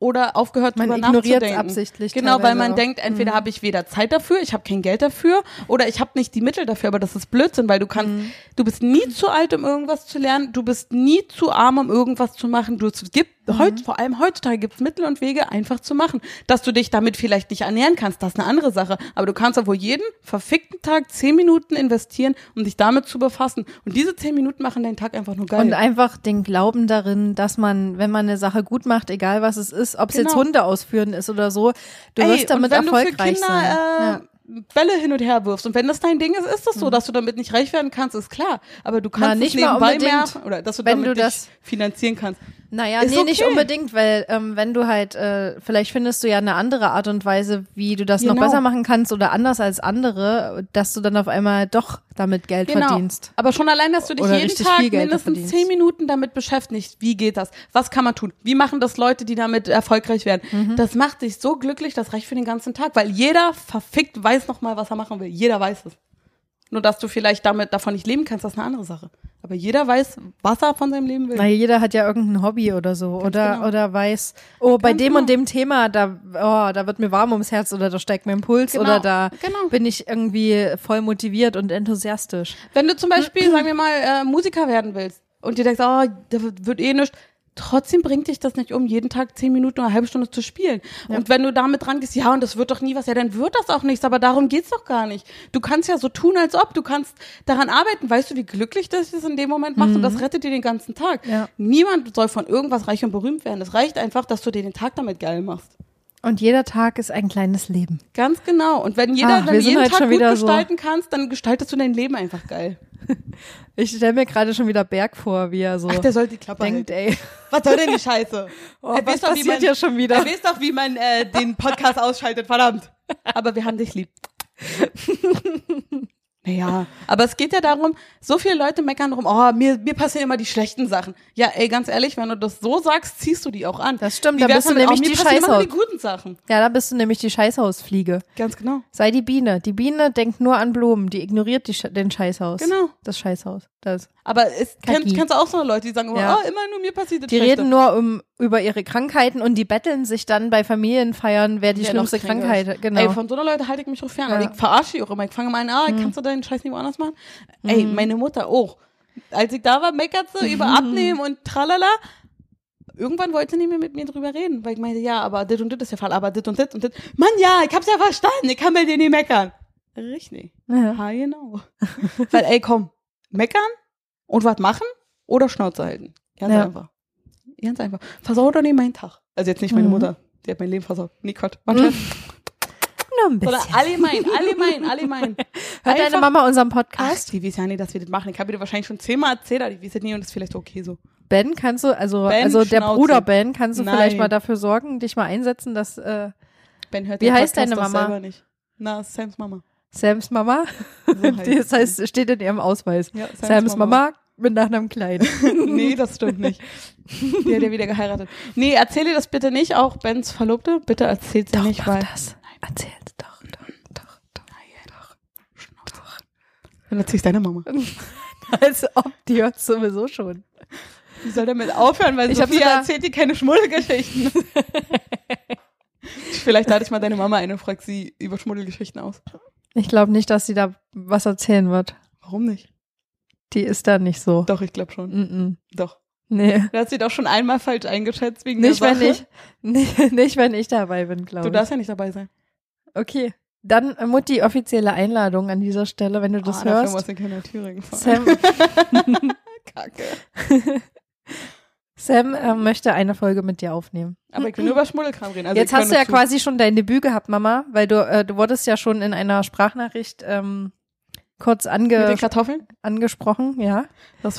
oder aufgehört,
Man
drüber
ignoriert's
nachzudenken.
absichtlich
Genau, weil
teilweise
man
auch.
denkt, entweder habe ich weder Zeit dafür, ich habe kein Geld dafür oder ich habe nicht die Mittel dafür. Aber das ist Blödsinn, weil du kannst, du bist nie zu alt, um irgendwas zu lernen. Du bist nie zu arm, um irgendwas zu machen. Du, es gibt heutz, vor allem heutzutage gibt es Mittel und Wege, einfach zu machen. Dass du dich damit vielleicht nicht ernähren kannst, das ist eine andere Sache. Aber du kannst auch wohl jeden verfickten Tag zehn Minuten investieren, um dich damit zu befassen. Und diese zehn Minuten machen deinen Tag einfach nur geil.
Und einfach den Glauben darin, dass man, wenn man eine Sache gut macht, egal was es ist, ob es jetzt
Genau.
Hunde ausführen ist oder so, du
Ey,
wirst damit
und wenn
erfolgreich
du für Kinder,
sein.
Äh,
ja. Mhm.
Bälle hin und her wirfst. Und wenn das dein Ding ist, ist das so, dass du damit nicht reich werden kannst, ist klar. Aber du kannst
Na, nicht
es
mal
nebenbei mehr
unbedingt,
oder dass du
wenn
damit
du
dich
das-
finanzieren kannst.
Naja,
Ist
nee, nicht
okay.
unbedingt, weil ähm, wenn du halt, äh, vielleicht findest du ja eine andere Art und Weise, wie du das noch
Genau.
besser machen kannst oder anders als andere, dass du dann auf einmal doch damit Geld verdienst.
Genau. Aber schon allein, dass du dich
Oder
jeden
richtig
Tag
viel Geld
mindestens
verdienst.
zehn Minuten damit beschäftigst. Wie geht das? Was kann man tun? Wie machen das Leute, die damit erfolgreich werden?
Mhm.
Das macht dich so glücklich, das reicht für den ganzen Tag, weil jeder verfickt weiß noch mal, was er machen will. Jeder weiß es. Nur dass du vielleicht damit davon nicht leben kannst, das ist eine andere Sache. Aber jeder weiß, was er von seinem Leben will.
Na, jeder hat ja irgendein Hobby oder so oder
genau.
oder weiß, oh, bei
Ganz
dem und
genau.
dem Thema, da oh, da wird mir warm ums Herz oder da steigt mir Impuls
Genau,
oder da
genau.
bin ich irgendwie voll motiviert und enthusiastisch.
Wenn du
[clears throat]
zum Beispiel, sagen wir mal, äh, Musiker werden willst und dir denkst, oh, da wird, wird eh nichts, trotzdem bringt dich das nicht um, jeden Tag zehn Minuten oder eine halbe Stunde zu spielen. Und wenn du damit rangehst, ja, und das wird doch nie was, ja, dann wird das auch nichts, aber darum geht's doch gar nicht. Du kannst ja so tun, als ob, du kannst daran arbeiten. Weißt du, wie glücklich das ist in dem Moment machst und das rettet dir den ganzen Tag.
Mhm. Ja.
Niemand soll von irgendwas reich und berühmt werden. Es reicht einfach, dass du dir den Tag damit geil machst.
Und jeder Tag ist ein kleines Leben.
Ganz genau. Und wenn jeder,
Ach, Ah,
wenn
wir
du
sind
jeden
heute
Tag
schon
gut
wieder so.
gestalten kannst, dann gestaltest du dein Leben einfach geil.
Ich stelle mir gerade schon wieder Berg vor, wie er so
Ach, der soll die Klappe halten.
denkt, ey.
Was soll denn die Scheiße?
[laughs] Oh,
Er weiß
was
doch, wie
passiert
man-
ja schon wieder?
Er weiß doch, wie man äh, den Podcast ausschaltet, verdammt. Aber wir haben
[laughs]
dich lieb. Naja, aber es geht ja darum, so viele Leute meckern rum, oh, mir, mir passieren immer die schlechten Sachen. Ja, ey, ganz ehrlich, wenn du das so sagst, ziehst du die auch an.
Das stimmt,
Wie
da
wär's
bist du
damit,
nämlich
oh, mir
die
passieren immer nur die
Scheißhaut.
guten Sachen.
Ja, da bist du nämlich die Scheißhausfliege.
Ganz genau.
Sei die Biene. Die Biene denkt nur an Blumen. Die ignoriert die, Sch- den Scheißhaus.
Genau.
Das Scheißhaus. Das.
Aber es kenn,
Kacki.
kennst du auch so Leute, die sagen,
Ja.
oh, immer nur mir passiert das
Die
Schlechte.
reden nur um, über ihre Krankheiten und die betteln sich dann bei Familienfeiern, wer die
Wer
schlimmste
noch kränker
Krankheit
ist.
hat. Genau.
Ey, von so einer Leute halte ich mich auch fern.
Ja. Mhm.
Ich verarsche die auch immer. Ich fange mal an, ah, kannst du deinen Scheiß nicht woanders machen? Ey, meine Mutter auch. Als ich da war, meckert
[laughs]
sie über Abnehmen und tralala. Irgendwann wollte sie nicht mehr mit mir drüber reden, weil ich meinte, ja, aber das und das ist der Fall, aber das und das und das. Mann, ja, ich hab's ja verstanden, ich kann bei dir nicht meckern. Richtig.
Ja.
Ha, genau. [laughs] weil, ey, komm, meckern und was machen oder Schnauze halten. Ganz
Ja.
einfach. Ganz einfach. Versau doch nicht meinen Tag. Also jetzt nicht meine
Mhm.
Mutter. Die hat mein Leben versaut. Nee, Gott.
[laughs]
Manchmal
nur ein bisschen.
oder allgemein,
[laughs]
allgemein, allgemein.
Hört deine
Einfach-
Mama unseren
Ach,
Podcast?
die weiß ja nicht, dass wir das machen. Ich habe dir wahrscheinlich schon zehnmal erzählt, aber die weiß das nie und das ist vielleicht okay so.
Ben, kannst du, also,
Ben,
also der
Schnauze.
Bruder Ben, kannst du
Nein.
vielleicht mal dafür sorgen, dich mal einsetzen, dass äh,
Ben hört
Wie
den
heißt
Podcast
deine
doch
Mama?
selber nicht. Na, Sams
[laughs]
Mama.
Sams Mama, [laughs]
So
die, das heißt, steht in ihrem Ausweis.
Ja,
Sams, Mama, mit Nachnamen
[laughs]
Klein.
nee, das stimmt nicht. Die hat ja wieder geheiratet. Nee, erzähl dir das bitte nicht, auch Bens Verlobte. Bitte erzähl sie nicht, weil.
das. Erzähl's doch, doch, doch, doch.
Dann erzähl ich deiner Mama.
[laughs] Als ob die hört sowieso schon.
Die soll damit aufhören, weil
Ich hab
Sophia
sogar-
erzählt dir
[laughs]
keine Schmuddelgeschichten. Vielleicht lade ich mal deine Mama ein und frag sie über Schmuddelgeschichten aus.
Ich glaube nicht, dass sie da was erzählen wird.
Warum nicht?
Die ist da nicht so.
Doch, ich glaube schon.
Mm -mm.
Doch.
Nee.
Du hast sie doch schon einmal falsch eingeschätzt wegen
Nicht
der
wenn,
Sache.
ich, [laughs] nee, nicht, wenn ich dabei bin, glaube
Du
ich.
darfst ja nicht dabei sein.
Okay. Dann, äh, Mutti, offizielle Einladung an dieser Stelle, wenn du das
Ah, Dafür
hörst.
muss ich nach Thüringen fahren.
Sam, [laughs]
Kacke.
Sam äh, möchte eine Folge mit dir aufnehmen.
Aber ich will nur über Schmuddelkram reden. Also
Jetzt
ich höre
hast du ja
nur zu.
quasi schon dein Debüt gehabt, Mama, weil du, äh, du wurdest ja schon in einer Sprachnachricht ähm, kurz
Mit
ange
den Kartoffeln?
angesprochen, ja.
Das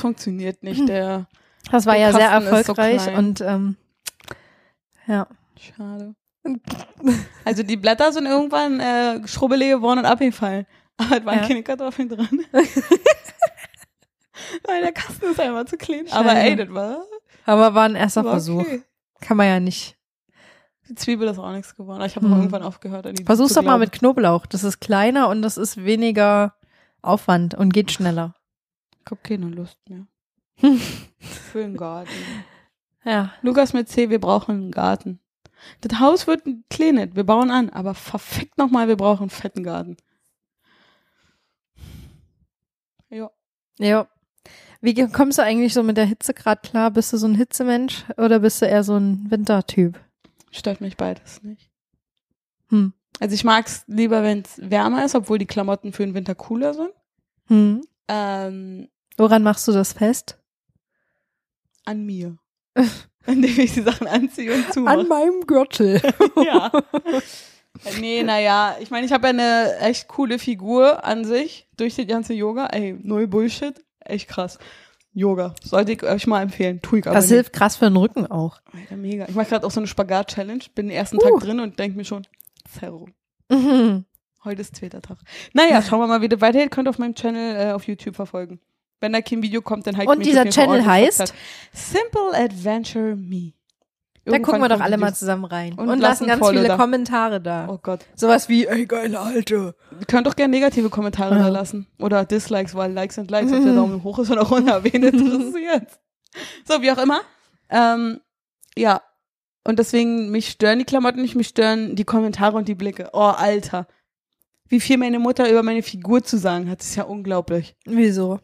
[clears throat]
funktioniert nicht, der.
Das war
Der
ja sehr
Kasten ist so
erfolgreich
klein.
und ähm, ja.
Schade. Also die Blätter sind irgendwann äh, schrubbelig geworden und abgefallen. Aber es waren
Ja.
keine Kartoffeln [laughs] dran. Weil der Kasten ist einfach zu klein. Aber
Scheiße.
ey, das war,
Aber war ein erster
war
Versuch.
okay.
Kann man ja nicht.
Die Zwiebel ist auch nichts geworden. Ich habe
Hm.
auch irgendwann aufgehört. An die
Versuch's
zu
doch mal
glauben.
mit Knoblauch. Das ist kleiner und das ist weniger Aufwand und geht schneller.
Ich hab keine Lust mehr. [laughs] Für den Garten.
Ja.
[laughs] Lukas mit C, wir brauchen einen Garten. Das Haus wird ein kleines, wir bauen an, aber verfickt nochmal, wir brauchen einen fetten Garten. Ja.
Ja. Wie ge- kommst du eigentlich so mit der Hitze gerade klar? Bist du so ein Hitzemensch oder bist du eher so ein Wintertyp?
Stört mich beides nicht.
Hm.
Also ich mag's lieber, wenn's wärmer ist, obwohl die Klamotten für den Winter cooler sind.
Hm.
Ähm,
Woran machst du das fest?
an
[laughs]
mir. [laughs] Indem ich die Sachen anziehe und zumache.
meinem Gürtel.
ja. Nee, naja, ich meine, ich habe ja eine echt coole Figur an sich durch die ganze Yoga. Ey, null Bullshit. Echt krass. Yoga. Sollte ich euch mal empfehlen. Tue ich aber
Das
nicht.
hilft krass für den Rücken auch.
Alter, mega. Ich mache gerade auch so eine Spagat-Challenge. Bin den ersten
Uh.
Tag drin und denke mir schon, Zerro. Mhm. Heute ist zweiter Tag. Naja, schauen wir mal, wie das weitergeht. Könnt ihr auf meinem Channel äh, auf YouTube verfolgen. Wenn da kein Video kommt, dann halt
Und
mich
dieser
auf jeden Fall
Channel
ordentlich
heißt?
verfolgt. Simple Adventure Me.
Da gucken wir
Irgendwann
doch
kommt
alle mal
Videos.
zusammen rein.
Und
Und,
lassen
lassen ganz
Follow
viele
da.
Kommentare da.
Oh Gott.
Sowas wie, ey, geile Alte.
Ihr könnt doch gerne negative Kommentare
Ja. Mhm.
da lassen. Oder Dislikes, weil Likes sind Likes, ob der Daumen hoch ist oder
[laughs]
runter, wen interessiert. so, wie auch immer. Ähm, ja. Und deswegen, mich stören die Klamotten nicht, mich stören die Kommentare und die Blicke. Oh, Alter. Wie viel meine Mutter über meine Figur zu sagen hat, ist ja unglaublich.
Wieso?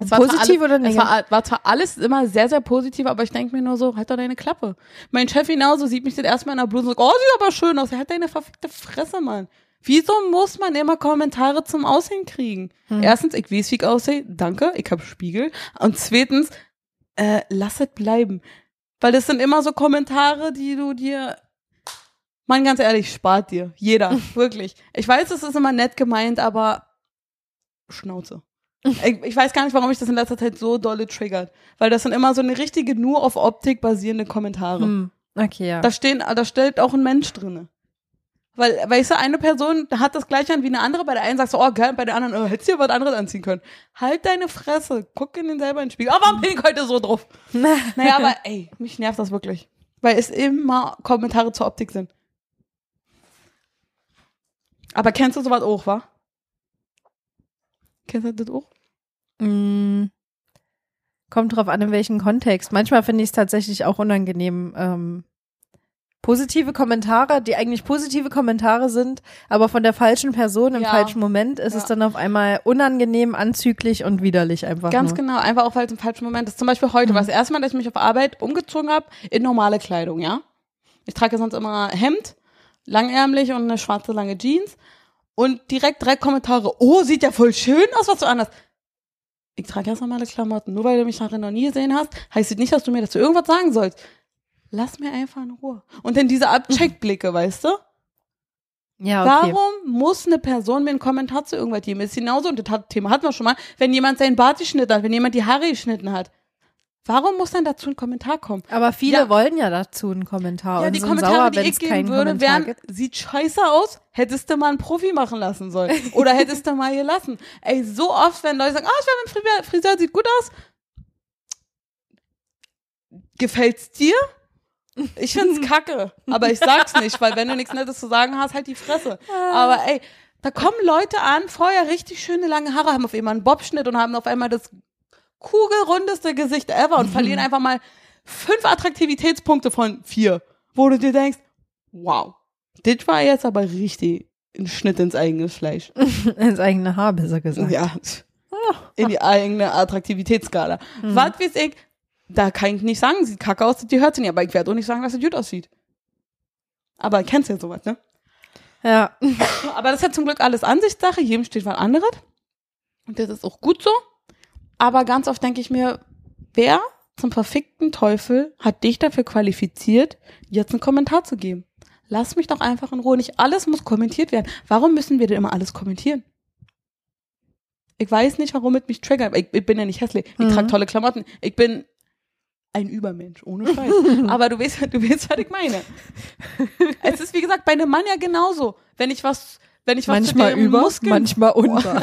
Es war zwar
Positiv oder
Es
nicht?
war, war zwar alles immer sehr, sehr positiv, aber ich denke mir nur so, halt doch deine Klappe. Mein Chef genauso sieht mich dann erstmal in der Bluse und sagt, oh, sieht aber schön aus. Er hat deine verfickte Fresse, Mann. Wieso muss man immer Kommentare zum Aussehen kriegen?
Hm.
Erstens, ich weiß, wie ich aussehe. Danke, ich habe Spiegel. Und zweitens, äh, lass es bleiben. Weil das sind immer so Kommentare, die du dir Mann, ganz ehrlich, spart dir. Jeder. Wirklich. Ich weiß, es ist immer nett gemeint, aber Schnauze. Ich, ich weiß gar nicht, warum mich das in letzter Zeit so dolle triggert. Weil das sind immer so eine richtige, nur auf Optik basierende Kommentare.
Hm. Okay, ja.
Da stehen, da steht auch ein Mensch drinne. Weil, weißt du, eine Person hat das gleiche an wie eine andere, bei der einen sagst du, oh geil, und bei der anderen, oh, hättest du dir was anderes anziehen können. Halt deine Fresse, guck in den selber in den Spiegel. Oh, warum bin ich heute so drauf? Naja, aber ey, mich nervt das wirklich. Weil es immer Kommentare zur Optik sind. Aber kennst du sowas auch, wa? Kennst du das auch?
Mm. Kommt drauf an, in welchem Kontext. Manchmal finde ich es tatsächlich auch unangenehm. Ähm, positive Kommentare, die eigentlich positive Kommentare sind, aber von der falschen Person im
Ja.
falschen Moment ist es
Ja.
dann auf einmal unangenehm, anzüglich und widerlich einfach.
Ganz
nur. Mhm.
genau, einfach auch weil es im falschen Moment ist. Zum Beispiel heute war es das erste Mal, dass ich mich auf Arbeit umgezogen habe in normale Kleidung, ja? Ich trage sonst immer Hemd, langärmlich und eine schwarze lange Jeans. Und direkt drei Kommentare, oh, sieht ja voll schön aus, was du anders. Ich trage ganz normale Klamotten. Nur weil du mich nachher noch nie gesehen hast, heißt es nicht, dass du mir dazu irgendwas sagen sollst. Lass mir einfach in Ruhe. Und dann diese
Mhm.
Abcheckblicke, weißt du?
Ja, okay.
Warum muss eine Person mir einen Kommentar zu irgendwas geben? Ist genauso, und das hat- Thema hatten wir schon mal, wenn jemand seinen Bart geschnitten hat, wenn jemand die Haare geschnitten hat. Warum muss dann dazu ein Kommentar kommen?
Aber viele
Ja.
wollen ja dazu einen Kommentar
ja,
und
die
sind
Kommentare,
sauer,
die
wenn
ich
es
geben
keinen
würde,
Kommentar
wären,
gibt. [laughs]
sieht scheiße aus, hättest du mal einen Profi machen
[laughs]
lassen sollen. Oder hättest du mal gelassen. Ey, so oft, wenn Leute sagen, ah, ich war beim Friseur, Friseur sieht gut aus. Gefällt's dir?
[laughs]
Ich find's kacke. Aber ich sag's nicht, weil wenn du nichts Nettes zu sagen hast, halt die Fresse.
Ah.
Aber ey, da kommen Leute an, vorher richtig schöne lange Haare, haben auf einmal einen Bobschnitt und haben auf einmal das kugelrundeste Gesicht ever und
[laughs]
verlieren einfach mal fünf Attraktivitätspunkte von vier, wo du dir denkst, wow, das war jetzt aber richtig ein Schnitt ins eigene Fleisch. Also
Ins eigene Haar, besser gesagt.
Ja, in die eigene Attraktivitätsskala. Was weiß ich, da kann ich nicht sagen, sieht kacke aus, die hört sie nicht, aber ich werde auch nicht sagen, dass sie gut aussieht. Aber kennst ja sowas, ne? [laughs]
Ja.
Aber das ist ja zum Glück alles Ansichtssache. Jedem steht was anderes. Und das ist auch gut so. Aber ganz oft denke ich mir, wer zum verfickten Teufel hat dich dafür qualifiziert, jetzt einen Kommentar zu geben? Lass mich doch einfach in Ruhe. Nicht alles muss kommentiert werden. Warum müssen wir denn immer alles kommentieren? Ich weiß nicht, warum es mich triggert. Ich, ich bin ja nicht hässlich. Ich
Mhm.
trage tolle Klamotten. Ich bin ein Übermensch, ohne Scheiß. Aber du weißt, du weißt, was ich meine. Es ist, wie gesagt, bei einem Mann ja genauso. Wenn ich was, wenn ich was
Manchmal
zu den
über,
Muskeln
manchmal unter.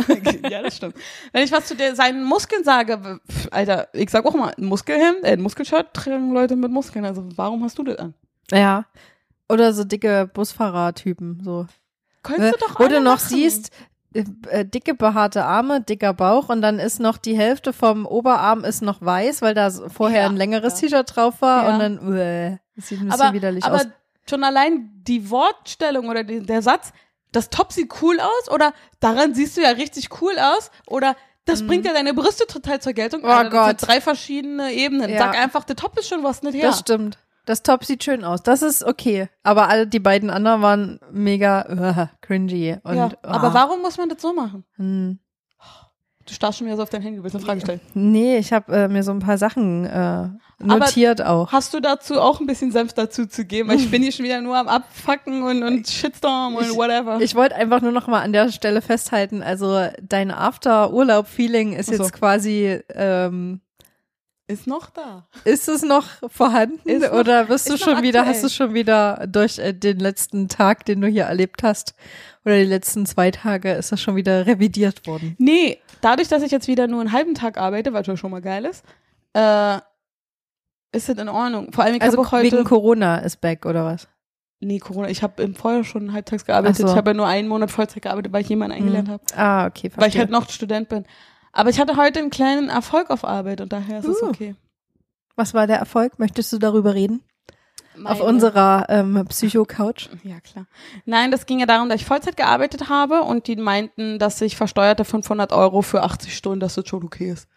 [laughs] ja, das stimmt. Wenn ich was zu der, seinen Muskeln sage, pf, Alter, ich sag auch mal, ein Muskelhemd, äh, ein Muskelshirt tragen Leute mit Muskeln. Also warum hast du das an?
Ja. Oder so dicke Busfahrertypen, so.
Könntest
Ne?
du doch
Wo
alle
du noch
machen.
siehst, äh, äh, dicke behaarte Arme, dicker Bauch und dann ist noch die Hälfte vom Oberarm ist noch weiß, weil da so vorher
Ja,
ein längeres
ja.
T-Shirt drauf war
Ja.
und dann uäh, das sieht ein bisschen
aber,
widerlich
aber
aus.
schon allein die Wortstellung oder die, der Satz, das Top sieht cool aus oder daran siehst du ja richtig cool aus oder das bringt ja deine Brüste total zur Geltung.
Mhm. Oh
Alter, das hat
Gott.
drei verschiedene Ebenen.
Ja.
Sag einfach, der Top ist schon was nicht her.
Das stimmt. Das Top sieht schön aus. Das ist okay. Aber alle die beiden anderen waren mega uäh, cringy und
ja.
ah,
Aber warum muss man das so machen?
hm.
Du starrst schon wieder so auf dein Handy, du willst eine Frage stellen.
Nee, ich habe äh, mir so ein paar Sachen äh, notiert auch.
Hast du dazu auch ein bisschen Senf dazu zu geben? Weil ich bin hier schon wieder nur am Abfacken und, und Shitstorm und whatever.
Ich wollte einfach nur noch mal an der Stelle festhalten, also dein After-Urlaub-Feeling ist
Ach so.
jetzt quasi, ähm,
ist noch da.
ist es noch vorhanden
Ist noch-
oder bist du
ist noch
schon wieder,
aktuell.
hast du schon wieder durch äh, den letzten Tag, den du hier erlebt hast oder die letzten zwei Tage, ist das schon wieder revidiert worden?
Nee, dadurch, dass ich jetzt wieder nur einen halben Tag arbeite, was ja schon mal geil ist, äh, ist das in Ordnung. Vor allem, ich
Also
habe auch heute.
wegen Corona ist back oder was?
nee, Corona. Ich habe im Vorjahr schon halbtags gearbeitet.
Ach so.
Ich habe ja nur einen Monat Vollzeit gearbeitet, weil ich jemanden eingelernt habe.
Ah, okay, verstehe.
Weil ich halt noch Student bin. Aber ich hatte heute einen kleinen Erfolg auf Arbeit und daher ist es
Uh.
okay.
Was war der Erfolg? Möchtest du darüber reden? Auf
Meine-
unserer ähm, Psycho-Couch?
Ja, klar. Nein, das ging ja darum, dass ich Vollzeit gearbeitet habe und die meinten, dass ich versteuerte 500 Euro für 80 Stunden, dass das schon okay ist.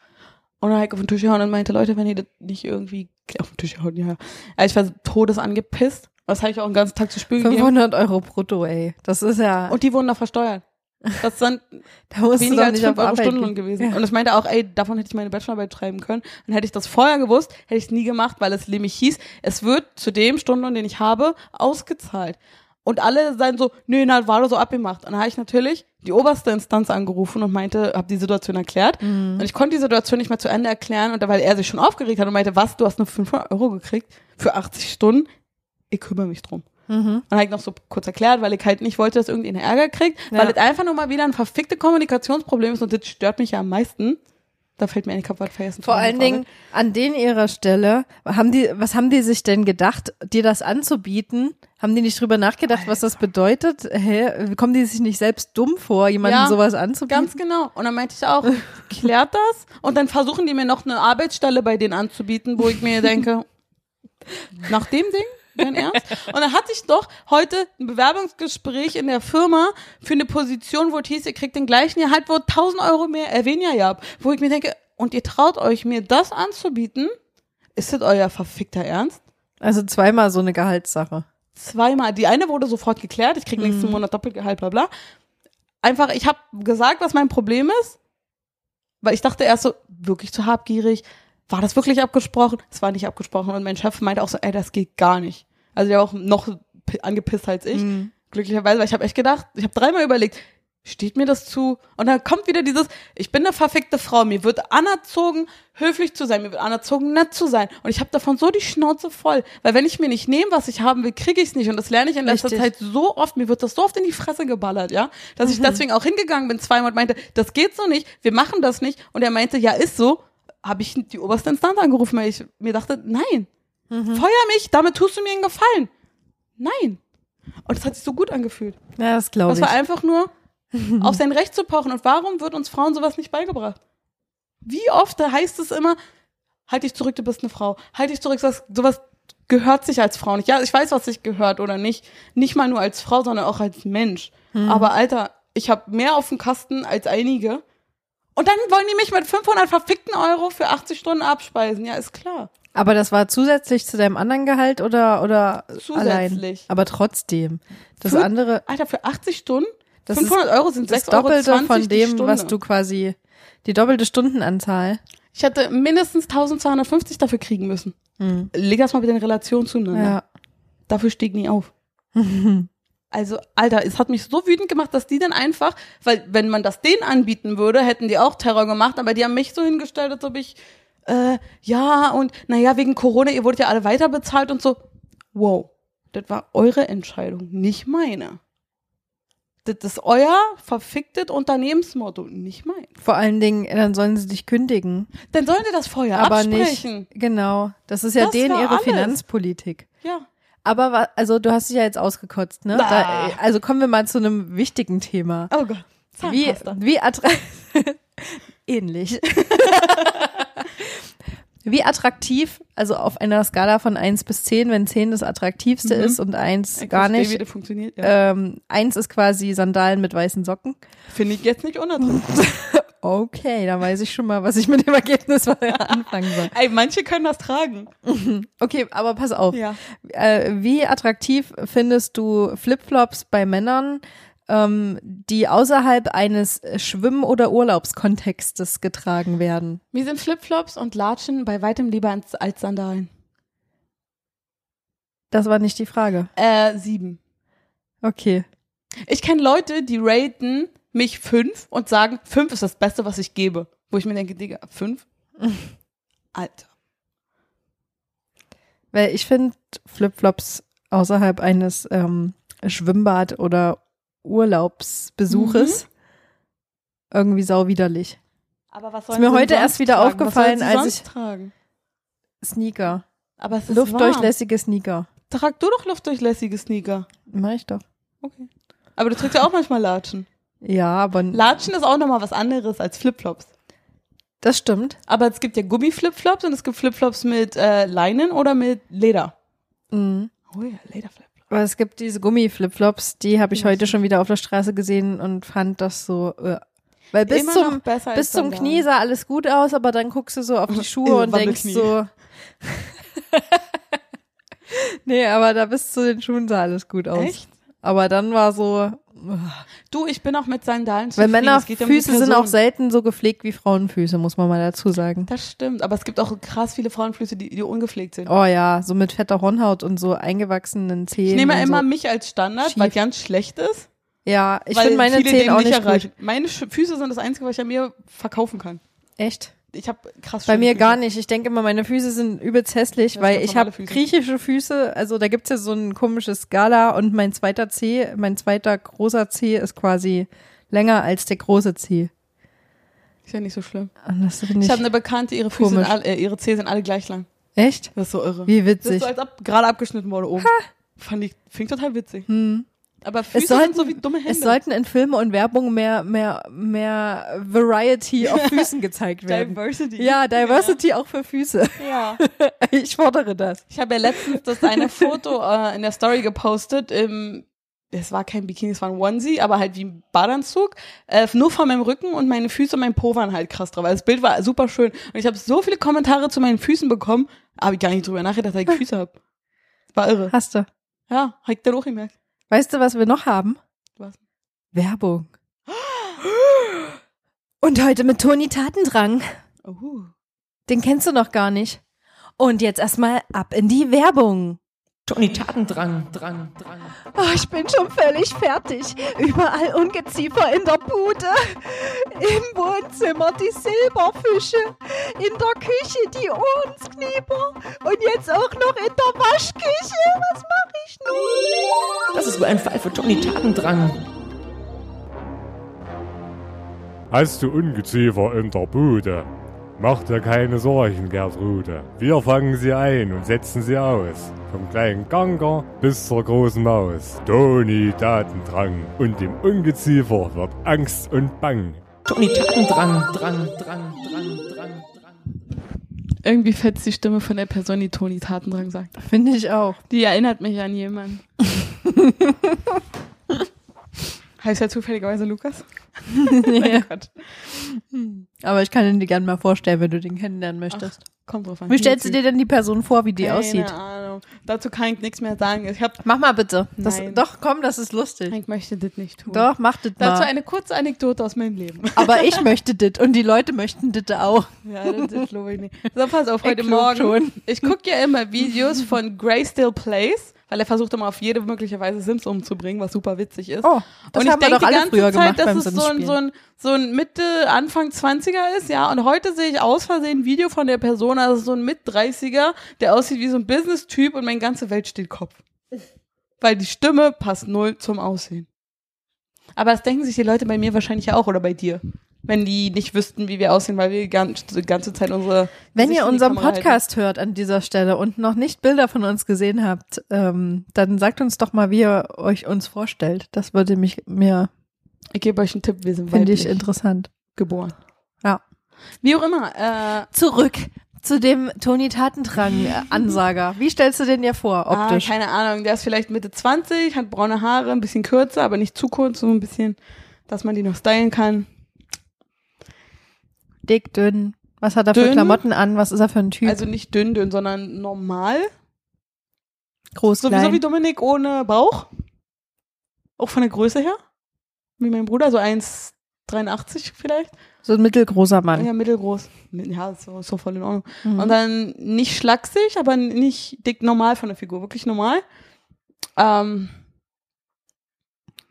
Und dann hab ich auf den Tisch gehauen und meinte, Leute, wenn ihr das nicht irgendwie [laughs] auf den Tisch gehauen, ja. Also ich war todesangepisst. Das habe ich auch den ganzen Tag zu spüren gegeben.
500 Euro brutto, ey. Das ist ja,
Und die wurden da versteuert. Das sind
da musst du
weniger
doch
als
nicht auf
5 Euro
Arbeit
Stundenlohn
gehen.
gewesen.
Ja.
Und ich meinte auch, ey, davon hätte ich meine Bachelorarbeit schreiben können. Und hätte ich das vorher gewusst, hätte ich es nie gemacht, weil es nämlich hieß, es wird zu dem Stundenlohn, den ich habe, ausgezahlt. Und alle seien so, nee, na, war doch so abgemacht. Und dann habe ich natürlich die oberste Instanz angerufen und meinte, habe die Situation erklärt.
Mhm.
Und ich konnte die Situation nicht mehr zu Ende erklären, und weil er sich schon aufgeregt hat und meinte, was, du hast nur 500 Euro gekriegt für 80 Stunden? Ich kümmere mich drum.
Mhm.
Und halt noch so kurz erklärt, weil ich halt nicht wollte, dass irgendeiner Ärger kriegt,
Ja.
weil das einfach nur mal wieder ein verfickte Kommunikationsproblem ist und das stört mich ja am meisten. Da fällt mir eine Kapwart vergessen.
Vor allen Dingen an den ihrer Stelle, haben die, was haben die sich denn gedacht, dir das anzubieten? Haben die nicht drüber nachgedacht, was das bedeutet? Hä? Kommen die sich nicht selbst dumm vor, jemandem
Ja,
sowas anzubieten?
Ganz genau. Und dann meinte ich auch, klärt das? Und dann versuchen die mir noch eine Arbeitsstelle bei denen anzubieten, wo ich mir denke, nach dem Ding? Dein Ernst? Und dann hatte ich doch heute ein Bewerbungsgespräch in der Firma für eine Position, wo es hieß, ihr kriegt den gleichen Gehalt, wo 1000 Euro mehr, äh, weniger ihr habt. Wo ich mir denke, und ihr traut euch, mir das anzubieten? Ist das euer verfickter Ernst?
Also zweimal so eine Gehaltssache.
zweimal. Die eine wurde sofort geklärt, ich krieg nächsten Monat Doppelgehalt, bla bla. Einfach, ich habe gesagt, was mein Problem ist, weil ich dachte erst so, wirklich zu habgierig. War das wirklich abgesprochen? Es war nicht abgesprochen. Und mein Chef meinte auch so, ey, das geht gar nicht. Also der war auch noch p- angepisst als ich. Glücklicherweise, weil ich habe echt gedacht, ich habe dreimal überlegt, steht mir das zu? Und dann kommt wieder dieses, ich bin eine verfickte Frau, mir wird anerzogen, höflich zu sein, mir wird anerzogen, nett zu sein. Und ich habe davon so die Schnauze voll. Weil wenn ich mir nicht nehme, was ich haben will, kriege ich es nicht. Und das lerne ich in letzter
Richtig.
Zeit halt so oft, mir wird das so oft in die Fresse geballert, ja. Dass ich deswegen auch hingegangen bin zweimal und meinte, das geht so nicht, wir machen das nicht. Und er meinte, ja, ist so. Habe ich die oberste Instanz angerufen, weil ich mir dachte, nein, feuer mich, damit tust du mir einen Gefallen. Nein. Und das hat sich so gut angefühlt.
Ja, das glaube
Das
ich.
war
[laughs]
einfach nur auf sein Recht zu pochen. Und warum wird uns Frauen sowas nicht beigebracht? Wie oft da heißt es immer, halt dich zurück, du bist eine Frau. Halt dich zurück, sowas, sowas gehört sich als Frau nicht. Ja, ich weiß, was sich gehört oder nicht. Nicht mal nur als Frau, sondern auch als Mensch.
Hm.
Aber Alter, ich habe mehr auf dem Kasten als einige. Und dann wollen die mich mit 500 verfickten Euro für 80 Stunden abspeisen. Ja, ist klar.
Aber das war zusätzlich zu deinem anderen Gehalt oder, oder allein?
Zusätzlich.
Aber trotzdem. Das
Für-
andere,
Alter, für 80 Stunden?
Das ist
500 Euro sind 6,20
das Doppelte
Euro
von
die
dem,
Stunde.
was du quasi, die doppelte Stundenanzahl.
Ich hätte mindestens 1250 dafür kriegen müssen. Leg das mal mit den Relationen zueinander.
Ja.
Dafür stieg
[laughs]
nie auf. also, Alter, es hat mich so wütend gemacht, dass die dann einfach, weil wenn man das denen anbieten würde, hätten die auch Terror gemacht, aber die haben mich so hingestellt, als ob ich, äh, ja, und naja, wegen Corona, ihr wurdet ja alle weiter bezahlt und so. Wow, das war eure Entscheidung, nicht meine. Das ist euer verficktes Unternehmensmotto, nicht mein.
Vor allen Dingen, dann sollen sie dich kündigen.
Dann sollen die das vorher
aber
absprechen.
nicht. Genau. Das ist ja
Das
denen
war
ihre
alles.
Finanzpolitik.
Ja.
Aber wa- also du hast dich ja jetzt ausgekotzt, ne?
Bah.
Da, also kommen wir mal zu einem wichtigen Thema.
Oh Gott.
Wie,
Zahnpasta.
wie attraktiv [laughs] ähnlich. [laughs] wie attraktiv, also auf einer Skala von 1 bis 10, wenn 10 das attraktivste ist und 1
Mhm. Ich
gar
verstehe,
nicht.
Wie das funktioniert. Ja.
Ähm, 1 ist quasi Sandalen mit weißen Socken.
Finde ich jetzt nicht unattraktiv.
Okay, dann weiß ich schon mal, was ich mit dem Ergebnis [laughs] anfangen soll.
[laughs] Ey, manche können das tragen.
Okay, aber
Oh.
pass auf.
Ja.
Äh, wie attraktiv findest du Flipflops bei Männern, ähm, die außerhalb eines Schwimm- oder Urlaubskontextes getragen werden.
Mir sind Flipflops und Latschen bei weitem lieber als, als Sandalen.
Das war nicht die Frage.
Äh, sieben.
Okay.
Ich kenne Leute, die raten mich fünf und sagen, fünf ist das Beste, was ich gebe. Wo ich mir denke, Digga, [laughs] fünf? Alter.
Weil ich finde Flipflops außerhalb eines ähm, Schwimmbad- oder Urlaubsbesuches irgendwie sauwiderlich.
Aber was
sollen mir sie heute sonst erst wieder tragen? Was aufgefallen, sollen sie als sonst ich-
Tragen?
Sneaker.
Aber es ist warm.
Luftdurchlässige Sneaker.
Trag du doch luftdurchlässige Sneaker.
Mach ich doch.
Okay. Aber du trägst ja auch manchmal Latschen.
Ja, aber
Latschen ist auch nochmal was anderes als Flipflops.
das stimmt.
Aber es gibt ja Gummiflipflops und es gibt Flipflops mit äh, Leinen oder mit Leder.
Mhm.
Oh ja, Lederflipflops.
Aber es gibt diese Gummi-Flipflops, die habe ich
Ja,
heute
stimmt.
schon wieder auf der Straße gesehen und fand das so. Äh. Weil bis
Immer
zum
noch besser als
bis zum
Sandalen.
Knie sah alles gut aus, aber dann guckst du so
[laughs]
auf die Schuhe und denkst
Wabbelknie.
so. [laughs] nee, aber da bis zu den Schuhen sah alles gut aus.
Echt?
Aber dann war so.
Du, ich bin auch mit Sandalen
Weil
zufrieden. Es geht ja um die
Männerfüße sind
Person.
auch selten so gepflegt wie Frauenfüße, muss man mal dazu sagen.
Das stimmt, aber es gibt auch krass viele Frauenfüße, die, die ungepflegt sind.
Oh ja, so mit fetter Hornhaut und so eingewachsenen Zähnen.
Ich nehme
und
immer
so.
mich als Standard,
Schief.
weil ganz schlecht ist.
Ja, ich
weil
finde meine
viele den
Zähne auch nicht gut.
erreichen. Meine Sch- Füße sind das Einzige, was ich an mir verkaufen kann.
Echt?
Ich habe krass
Bei
schöne
mir
Füße.
gar nicht. Ich denke immer, meine Füße sind übelst hässlich,
Das
weil
sind
ich
normale
habe
Füße.
griechische Füße. Also da gibt's ja so ein komisches Skala und mein zweiter Zeh, mein zweiter großer Zeh ist quasi länger als der große Zeh.
Ist ja nicht so schlimm.
Und das finde
Ich ne
ich
habe eine Bekannte, ihre Füße sind
Komisch.
alle, äh, ihre Zehen sind alle gleich lang.
echt?
Das ist so irre.
Wie
das ist
witzig.
so, als ob gerade abgeschnitten wurde oben. Fand ich, fing total witzig.
Hm.
Aber Füße
sollten-
sind so wie dumme Hände.
Es sollten in Filmen und Werbung mehr, mehr, mehr
[laughs]
Variety auf Füßen gezeigt werden.
Diversity.
Ja, Diversity auch für Füße. [laughs]
Ja.
Ich fordere das.
Ich habe ja letztens das eine Foto äh, in der Story gepostet. Im, es war kein Bikini, es war ein Onesie, aber halt wie ein Badeanzug. Äh, nur vor meinem Rücken und meine Füße und mein Po waren halt krass drauf. Also das Bild war super schön. Und ich habe so viele Kommentare zu meinen Füßen bekommen, habe ich gar nicht drüber nachgedacht, dass ich Füße habe. War irre.
Hast du.
Ja, habe ich dann auch gemerkt.
Weißt du, was wir noch haben?
Was?
Werbung. Und heute mit Toni Tatendrang.
Uhu.
Den kennst du noch gar nicht. Und jetzt erstmal ab in die Werbung.
Toni Tatendrang, Drang, Drang.
Oh, ich bin schon völlig fertig. Überall Ungeziefer in der Bude. Im Wohnzimmer die Silberfische. In der Küche die Ohrensknieper. Und jetzt auch noch in der Waschküche. Was mache ich nun?
Das ist wohl ein Fall für Toni Tatendrang.
Hast du Ungeziefer in der Bude? Mach dir keine Sorgen, Gertrude. Wir fangen sie ein und setzen sie aus. Vom kleinen Ganker bis zur großen Maus. Toni Datendrang. Und dem Ungeziefer wird Angst und Bang.
Toni Tatendrang, Drang, Drang, Drang, Drang, Drang.
Irgendwie fetzt die Stimme von der Person, die Toni Tatendrang sagt.
Finde ich [laughs] auch.
Die erinnert mich an jemanden. [laughs] heißt ja zufälligerweise Lukas?
Oh
Nein, Gott.
Aber ich kann ihn dir gerne mal vorstellen, wenn du den kennenlernen möchtest.
Kommt drauf an.
Wie stellst du dir denn die Person vor, wie die
Keine
aussieht?
Ahnung. Dazu kann ich nichts mehr sagen. Ich, hab,
Mach mal bitte. Das,
Nein.
doch, komm, das ist lustig.
ich möchte das nicht tun.
Doch, mach das
Dazu
mal.
[laughs] eine kurze Anekdote aus meinem Leben. [laughs]
Aber ich möchte das und die Leute möchten das auch.
Ja, das,
[laughs]
das glaube ich nicht. So, pass auf, heute
Ich glaub
Morgen.
schon.
Ich gucke ja immer Videos von Graysdale Place, weil er versucht immer auf jede mögliche Weise Sims umzubringen, was super witzig ist.
Oh, das
und ich
haben wir
denke
doch alle
die ganze
früher
Zeit,
gemacht beim
dass es so ein,
Sims-Spielen.
so, ein, so ein Mitte, Anfang 20er ist, ja. Und heute sehe ich aus Versehen ein Video von der Person, also so ein Mit-30er, der aussieht wie so ein Business-Typ und meine ganze Welt steht Kopf. Weil die Stimme passt null zum Aussehen. Aber das denken sich die Leute bei mir wahrscheinlich ja auch oder bei dir. Wenn die nicht wüssten, wie wir aussehen, weil wir die gan- die ganze Zeit unsere.
Wenn ihr
Gesichter in die
unseren
Kamera halten.
Podcast hört an dieser Stelle und noch nicht Bilder von uns gesehen habt, ähm, dann sagt uns doch mal, wie ihr euch uns vorstellt. Das würde mich mir,
Ich gebe euch einen Tipp, wir sind
finde ich,
weiblich
interessant.
geboren.
Ja.
Wie auch immer. Äh,
Zurück zu dem Toni Tatendrang-Ansager. wie stellst du den dir vor, optisch?
Ah, keine Ahnung, der ist vielleicht Mitte 20, hat braune Haare, ein bisschen kürzer, aber nicht zu kurz, so ein bisschen, dass man die noch stylen kann.
Dick, dünn. Was hat er für
Dünn.
Klamotten an? Was ist er für ein Typ?
Also nicht dünn, dünn, sondern normal.
groß,
So, wie-
klein.
so wie Dominik ohne Bauch. Auch von der Größe her. wie mein Bruder, so 1,83 vielleicht.
So ein mittelgroßer Mann.
Ja, mittelgroß. Ja, so, so voll in Ordnung.
Mhm.
Und dann nicht schlaksig, aber nicht dick normal von der Figur, wirklich normal. Ähm,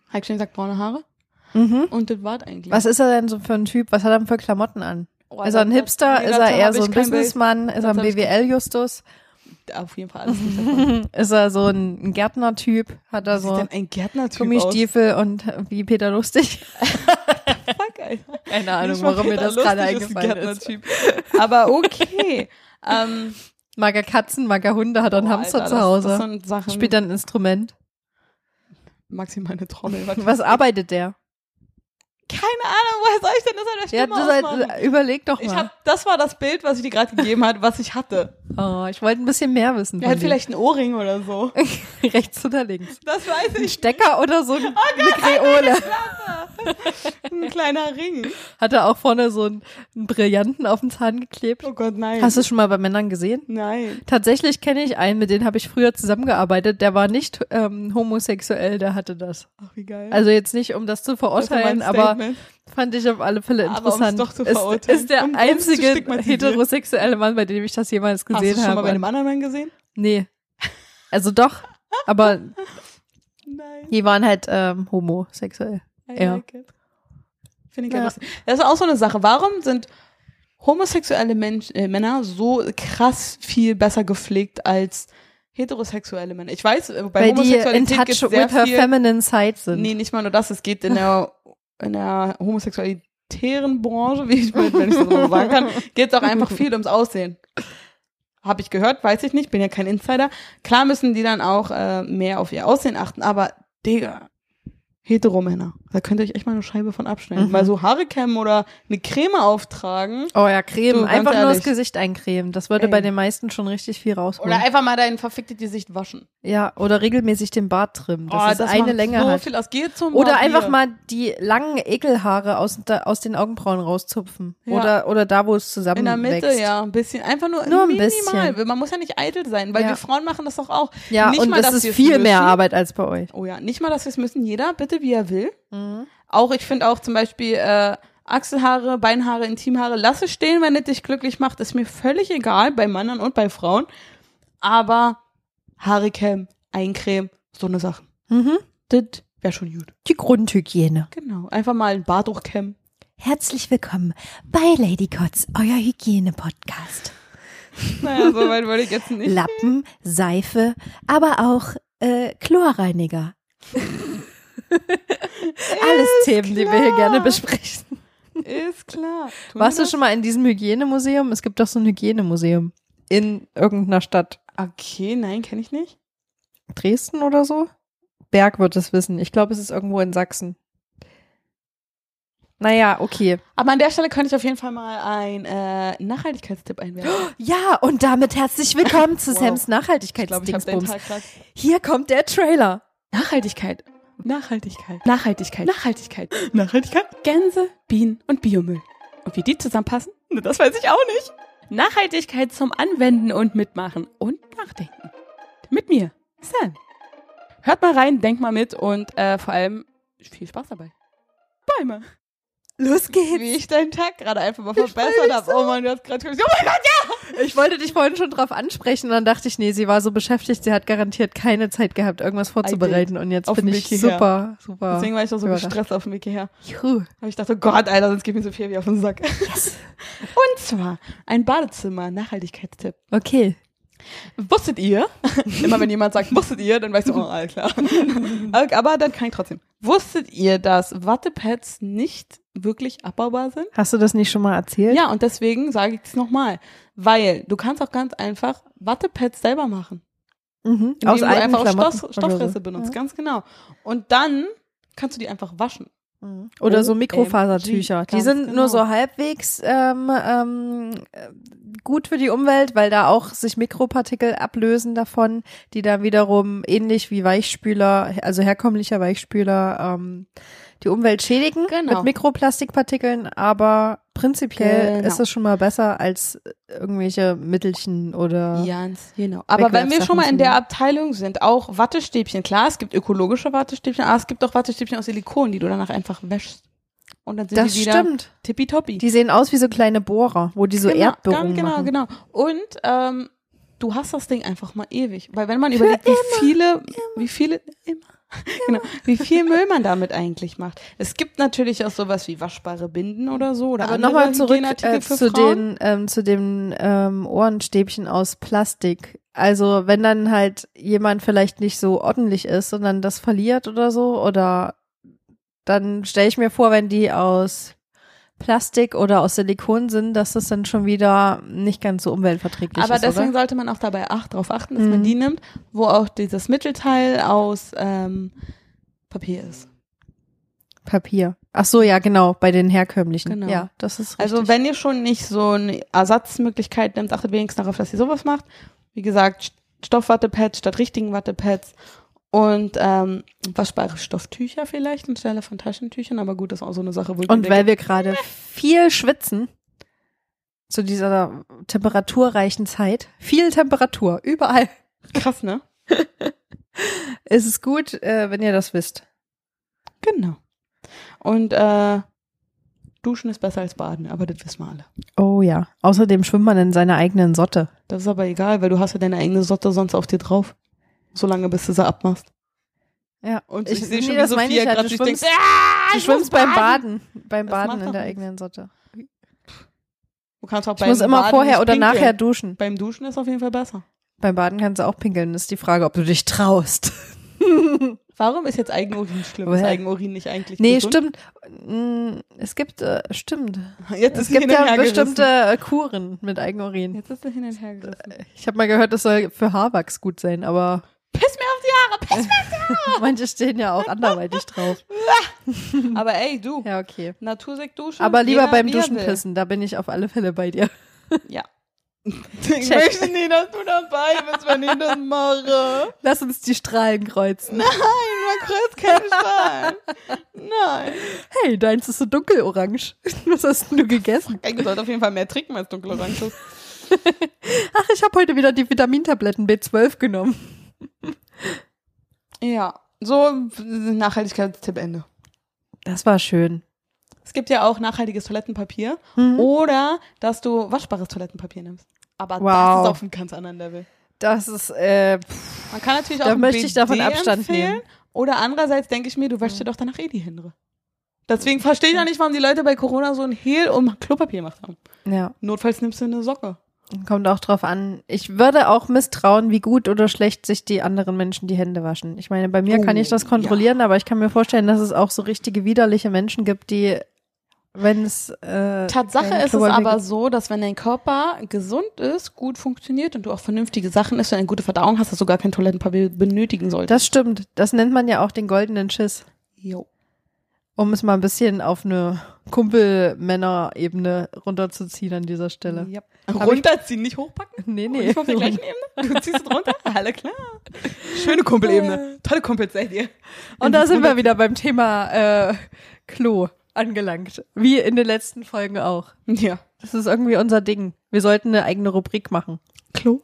hab ich schon gesagt, braune Haare.
mhm.
Und das war's eigentlich.
Was ist er denn so für ein Typ? Was hat er denn für Klamotten an?
Oh,
Ist er ein
das-
Hipster?
nee,
Ist
dazu
er eher
hab
so
ich
ein
kein Bild.
Businessmann? Ist er ein
Dazu hab ich
BWL-Justus?
Auf jeden Fall alles nicht [laughs] davon.
ist er so ein Gärtnertyp? Hat er
Wie sieht
so
denn ein Gärtnertyp aus?
Gummistiefel und äh, wie Peter
[laughs]
Lustig?
Fuck, Alter.
Keine
Nicht mal Peter Lustig ist ein Gärtnertyp. Aber [laughs] okay. ähm,
Mag er Katzen, mag er Hunde, hat er einen
boah,
Hamster
Alter,
zu Hause.
Das, das sind Sachen,
Spielt er ein Instrument?
maximal eine Trommel. Warte.
Was arbeitet der?
Keine Ahnung, woher soll ich denn das an der
Ja,
Stimme
du soll,
ausmachen?
halt überleg doch
Ich
mal.
hab, das war das Bild, was ich dir gerade gegeben hat, was ich hatte.
oh, ich wollte ein bisschen mehr wissen.
Er
von
hat
dir.
vielleicht einen Ohrring oder [laughs] so.
[laughs] rechts oder links.
Das weiß ich.
Stecker oder
Oh
so ein- eine Kreole.
Ein kleiner Ring.
Hat er auch vorne so einen, einen Brillanten auf den Zahn geklebt.
Oh Gott, nein.
Hast du es schon mal bei Männern gesehen?
Nein.
Tatsächlich kenne ich einen, mit dem habe ich früher zusammengearbeitet. Der war nicht ähm, homosexuell, der hatte das.
Ach, wie geil.
Also jetzt nicht, um das zu
Das war mein
verurteilen, aber
Statement.
fand ich auf alle Fälle
Aber um's
interessant.
doch zu
ist,
verurteilen,
ist der
um- um's zu
einzige
stigmatisieren.
heterosexuelle Mann, bei dem ich das jemals
Hast du
gesehen
es schon
habe.
mal bei einem anderen Mann gesehen?
nee. Also doch, aber
Nein.
die waren halt ähm, homosexuell.
I
Ja.
like it. Finde ich ja.
Ja.
lustig. Das ist auch so eine Sache. Warum sind homosexuelle Mensch, äh, Männer so krass viel besser gepflegt als heterosexuelle Männer? Ich weiß, äh, bei
Weil die in
Homosexualität
touch
gibt's sehr
with her
viel,
feminine side sind.
Nee, nicht mal nur das. Es geht in der, in der homosexualitären Branche, wie ich, wenn ich das so sagen kann, geht es auch einfach viel ums Aussehen. Habe ich gehört, weiß ich nicht, bin ja kein Insider. Klar müssen die dann auch äh, mehr auf ihr Aussehen achten, aber Digga, Heteromänner, da könnt ihr euch echt mal eine Scheibe von abschneiden.
Mhm.
Mal so Haare kämmen oder eine Creme auftragen
Oh ja, Creme.
Du, ganz
einfach nur das
ehrlich.
Gesicht eincremen. Das würde
Ey.
bei den meisten schon richtig viel rausholen.
oder einfach mal dein verficktes Gesicht waschen.
ja, oder regelmäßig den Bart trimmen, dass
Oh,
es eine
macht
Länge
so
hat.
Viel aus. Geh zum
Oder
Barbier.
einfach mal die langen Ekelhaare aus, da, aus den Augenbrauen rauszupfen.
Ja.
Oder, oder da, wo es
In der Mitte,
zusammenwächst.
ja, ein bisschen. Einfach nur,
Nur ein
minimal.
bisschen.
Man muss ja nicht eitel sein, weil
Ja.
wir Frauen machen das doch auch.
Ja,
Nicht
und
mal,
das
dass
ist
wir's
viel mehr
müssen.
Arbeit als bei euch.
Oh ja, nicht mal, dass wir es müssen. Jeder bitte, wie er will.
Mhm.
Auch, ich finde auch zum Beispiel äh, Achselhaare, Beinhaare, Intimhaare, lass es stehen, wenn es dich glücklich macht. Ist mir völlig egal, bei Männern und bei Frauen. Aber Haare kämmen, Eincreme, so eine Sache.
Mhm.
Das wäre schon gut.
Die Grundhygiene.
Genau, einfach mal ein Bart hochkämmen.
Herzlich willkommen bei Lady Kotz, euer Hygiene-Podcast.
Naja, so weit würde ich jetzt nicht.
Lappen, Seife, aber auch äh, [laughs] Chlorreiniger. Alles Themen, die wir hier gerne besprechen.
Ist klar. Tun
Warst
wir
du schon mal in diesem Hygienemuseum? Es gibt doch so ein Hygienemuseum in irgendeiner Stadt.
das? Okay, nein, kenne ich nicht.
Dresden oder so? Berg wird es wissen. Ich glaube, es ist irgendwo in Sachsen. Naja, okay.
Aber an der Stelle könnte ich auf jeden Fall mal einen äh, Nachhaltigkeitstipp einwerfen.
Ja, und damit herzlich willkommen zu [laughs]
Wow.
Sams
Ich glaube, ich habe den
Nachhaltigkeitsdingsbums.
Tag grad
Hier kommt der Trailer.
Nachhaltigkeit. Nachhaltigkeit. Nachhaltigkeit. Nachhaltigkeit. Nachhaltigkeit. Gänse, Bienen und Biomüll. Und wie die zusammenpassen? Na, Das weiß ich auch nicht. Nachhaltigkeit zum Anwenden und Mitmachen und Nachdenken. Mit mir, Sam. Hört mal rein, denkt mal mit und äh, vor allem viel Spaß dabei. Bäume.
Los
Wie
geht's.
ich deinen Tag gerade einfach mal
freu
verbessert
mich
habe. Oh Mann, du hast gerade gesagt, oh mein Gott,
Ich wollte dich vorhin schon drauf ansprechen und dann dachte ich, nee, sie war so beschäftigt, sie hat garantiert keine Zeit gehabt, irgendwas vorzubereiten und jetzt
Auf
bin
dem
ich
Weg hierher.
super, super.
Deswegen war ich doch so
Überrascht.
gestresst auf dem Weg hierher.
Juhu.
Aber ich dachte, oh Gott, Alter, sonst geht mir so viel wie auf den Sack. [laughs] Und zwar ein Badezimmer, Nachhaltigkeitstipp.
Okay.
Wusstet ihr? [laughs] Immer wenn jemand sagt, wusstet ihr, dann weißt du, oh,
[laughs]
alles klar. Okay, Aber dann kann ich trotzdem. Wusstet ihr, dass Wattepads nicht wirklich abbaubar sind?
Hast du das nicht schon mal erzählt?
Ja, und deswegen sage ich es nochmal. Weil du kannst auch ganz einfach Wattepads selber machen.
Mhm.
Indem
Aus
du
alten
einfach auch
Klamotten.
Stoff, Stoffrisse benutzt, ganz genau. Und dann kannst du die einfach waschen.
Mhm. Oder so
OMG,
Mikrofasertücher. Die
ganz
sind
genau.
nur so halbwegs ähm, ähm, äh, gut für die Umwelt, weil da auch sich Mikropartikel ablösen davon, die dann wiederum ähnlich wie Weichspüler, also herkömmlicher Weichspüler, ähm, die Umwelt schädigen
Genau.
mit Mikroplastikpartikeln, aber prinzipiell
Genau.
ist es schon mal besser als irgendwelche Mittelchen oder
Ganz genau. Aber wenn wir schon mal in der Abteilung sind, auch Wattestäbchen, klar, es gibt ökologische Wattestäbchen, aber es gibt auch Wattestäbchen aus Silikon, die du danach einfach wäschst. Und dann sind
Das
die wieder
stimmt.
tippitoppi.
Die sehen aus wie so kleine Bohrer, wo die so
genau,
Erdbohrungen
ganz genau,
machen.
genau. Und ähm, du hast das Ding einfach mal ewig, weil wenn man überlegt, wie viele, wie viele immer, [laughs] genau, wie viel Müll man damit eigentlich macht. Es gibt natürlich auch sowas wie waschbare Binden oder so oder
Aber
andere
nochmal zurück
Hygieneartikel
äh,
für
zu,
Frauen.
den, ähm, zu den ähm, Ohrenstäbchen aus Plastik. Also wenn dann halt jemand vielleicht nicht so ordentlich ist, sondern das verliert oder so, oder dann stelle ich mir vor, wenn die aus Plastik oder aus Silikon sind, dass das dann schon wieder nicht ganz so umweltverträglich
Aber
ist.
deswegen
oder?
sollte man auch dabei acht, darauf achten, dass
Mhm.
man die nimmt, wo auch dieses Mittelteil aus ähm, Papier ist.
Papier. Ach so, ja, genau, bei den herkömmlichen.
Genau.
Ja, das ist richtig.
Also wenn ihr schon nicht so eine Ersatzmöglichkeit nehmt, achtet wenigstens darauf, dass ihr sowas macht. Wie gesagt, St- Stoffwattepads statt richtigen Wattepads und ähm, waschbare Stofftücher vielleicht anstelle von Taschentüchern, aber gut, das ist auch so eine Sache, wo ich mir
Und weil
denke,
wir gerade viel schwitzen, zu dieser temperaturreichen Zeit, viel Temperatur, überall, [laughs]
krass, ne?
ist es gut, äh, wenn ihr das wisst.
Genau. Und äh, duschen ist besser als baden, aber das wissen wir alle.
Oh ja. Außerdem schwimmt man in seiner eigenen Sotte.
Das ist aber egal, weil du hast ja deine eigene Sotte sonst auf dir drauf. Solange bis du sie abmachst.
Ja.
Und
Ich-
ich, sehe
nee,
schon,
das
wie
meine ich
Sophia
ja, du
gerade sich denkt,
schwimmst-
"Ah,
Du
ich
schwimmst
muss
beim Baden, beim
Das
Baden
macht
in
doch
der
nichts.
eigenen Sotte.
Du kannst auch
Ich
beim
muss immer
Baden
vorher
nicht
oder
pinkeln.
nachher duschen.
Beim Duschen ist auf jeden Fall besser.
Beim Baden kannst du auch pinkeln. Ist die Frage, ob du dich traust.
Warum ist jetzt Eigenurin schlimm? Ist
Woher?
Eigenurin nicht eigentlich
Nee,
gesund?
stimmt. Mm, Es gibt, äh, stimmt.
[laughs] Jetzt
Es
ist
gibt
sie hin und
ja
her gerissen.
bestimmte äh, Kuren mit Eigenurin.
Jetzt ist sie hin und her gerissen.
Ich habe mal gehört, das soll für Haarwachs gut sein, aber [laughs]
Piss mir auf die Haare, piss mir!
manche stehen ja auch anderweitig drauf. [laughs]
Aber ey, du,
Ja, okay.
Natursekt duschen.
Aber lieber
jeder,
beim
wie er
Duschen
will.
pissen, da bin ich auf alle Fälle bei dir.
Ja. Ich möchte nie, dass du dabei bist, wenn ich das mache.
Lass uns die Strahlen kreuzen.
Nein, man kreuzt keinen Stein. Nein.
Hey, deins ist so dunkelorange. [laughs] Was hast denn du gegessen?
Ey, du solltest auf jeden Fall mehr trinken als dunkelorange.
Ach, ich habe heute wieder die Vitamintabletten B12 genommen.
Ja, so Nachhaltigkeitstipp Ende.
Das war schön.
Es gibt ja auch nachhaltiges Toilettenpapier
Mhm.
oder dass du waschbares Toilettenpapier nimmst. Aber
Wow.
das ist auf einem ganz anderen Level.
Das ist, äh, pff,
Man kann natürlich auch
Da
ein
möchte ich davon
BD
Abstand
empfehlen.
nehmen.
Oder andererseits denke ich mir, du wäschst dir doch danach eh die Hände. Deswegen verstehe ich auch nicht, warum die Leute bei Corona so ein Hehl um Klopapier gemacht haben.
ja,
Notfalls nimmst du eine Socke.
kommt auch drauf an. Ich würde auch misstrauen, wie gut oder schlecht sich die anderen Menschen die Hände waschen. Ich meine, bei mir kann
Oh,
ich das kontrollieren, aber ich kann mir vorstellen, dass es auch so richtige widerliche Menschen gibt, die, wenn es, äh,
Tatsache
keine
ist es
Klopapier
aber so, dass wenn dein Körper gesund ist, gut funktioniert und du auch vernünftige Sachen isst und eine gute Verdauung hast, dass du gar kein Toilettenpapier benötigen solltest.
Das stimmt. Das nennt man ja auch den goldenen Schiss.
Jo.
Um es mal ein bisschen auf eine Kumpelmänner-Ebene runterzuziehen an dieser Stelle.
Ja.
ich-
Runterziehen, nicht hochpacken.
[laughs] Nee,
Nee.
nee.
Nicht auf der [laughs] gleichen Ebene. Du ziehst es runter. Alle klar. Schöne Kumpelebene. Tolle Kumpels seid ihr.
Und da sind wir wieder beim Thema äh, Klo angelangt. Wie in den letzten Folgen auch.
Ja.
Das ist irgendwie unser Ding. Wir sollten eine eigene Rubrik machen.
[laughs] Klo.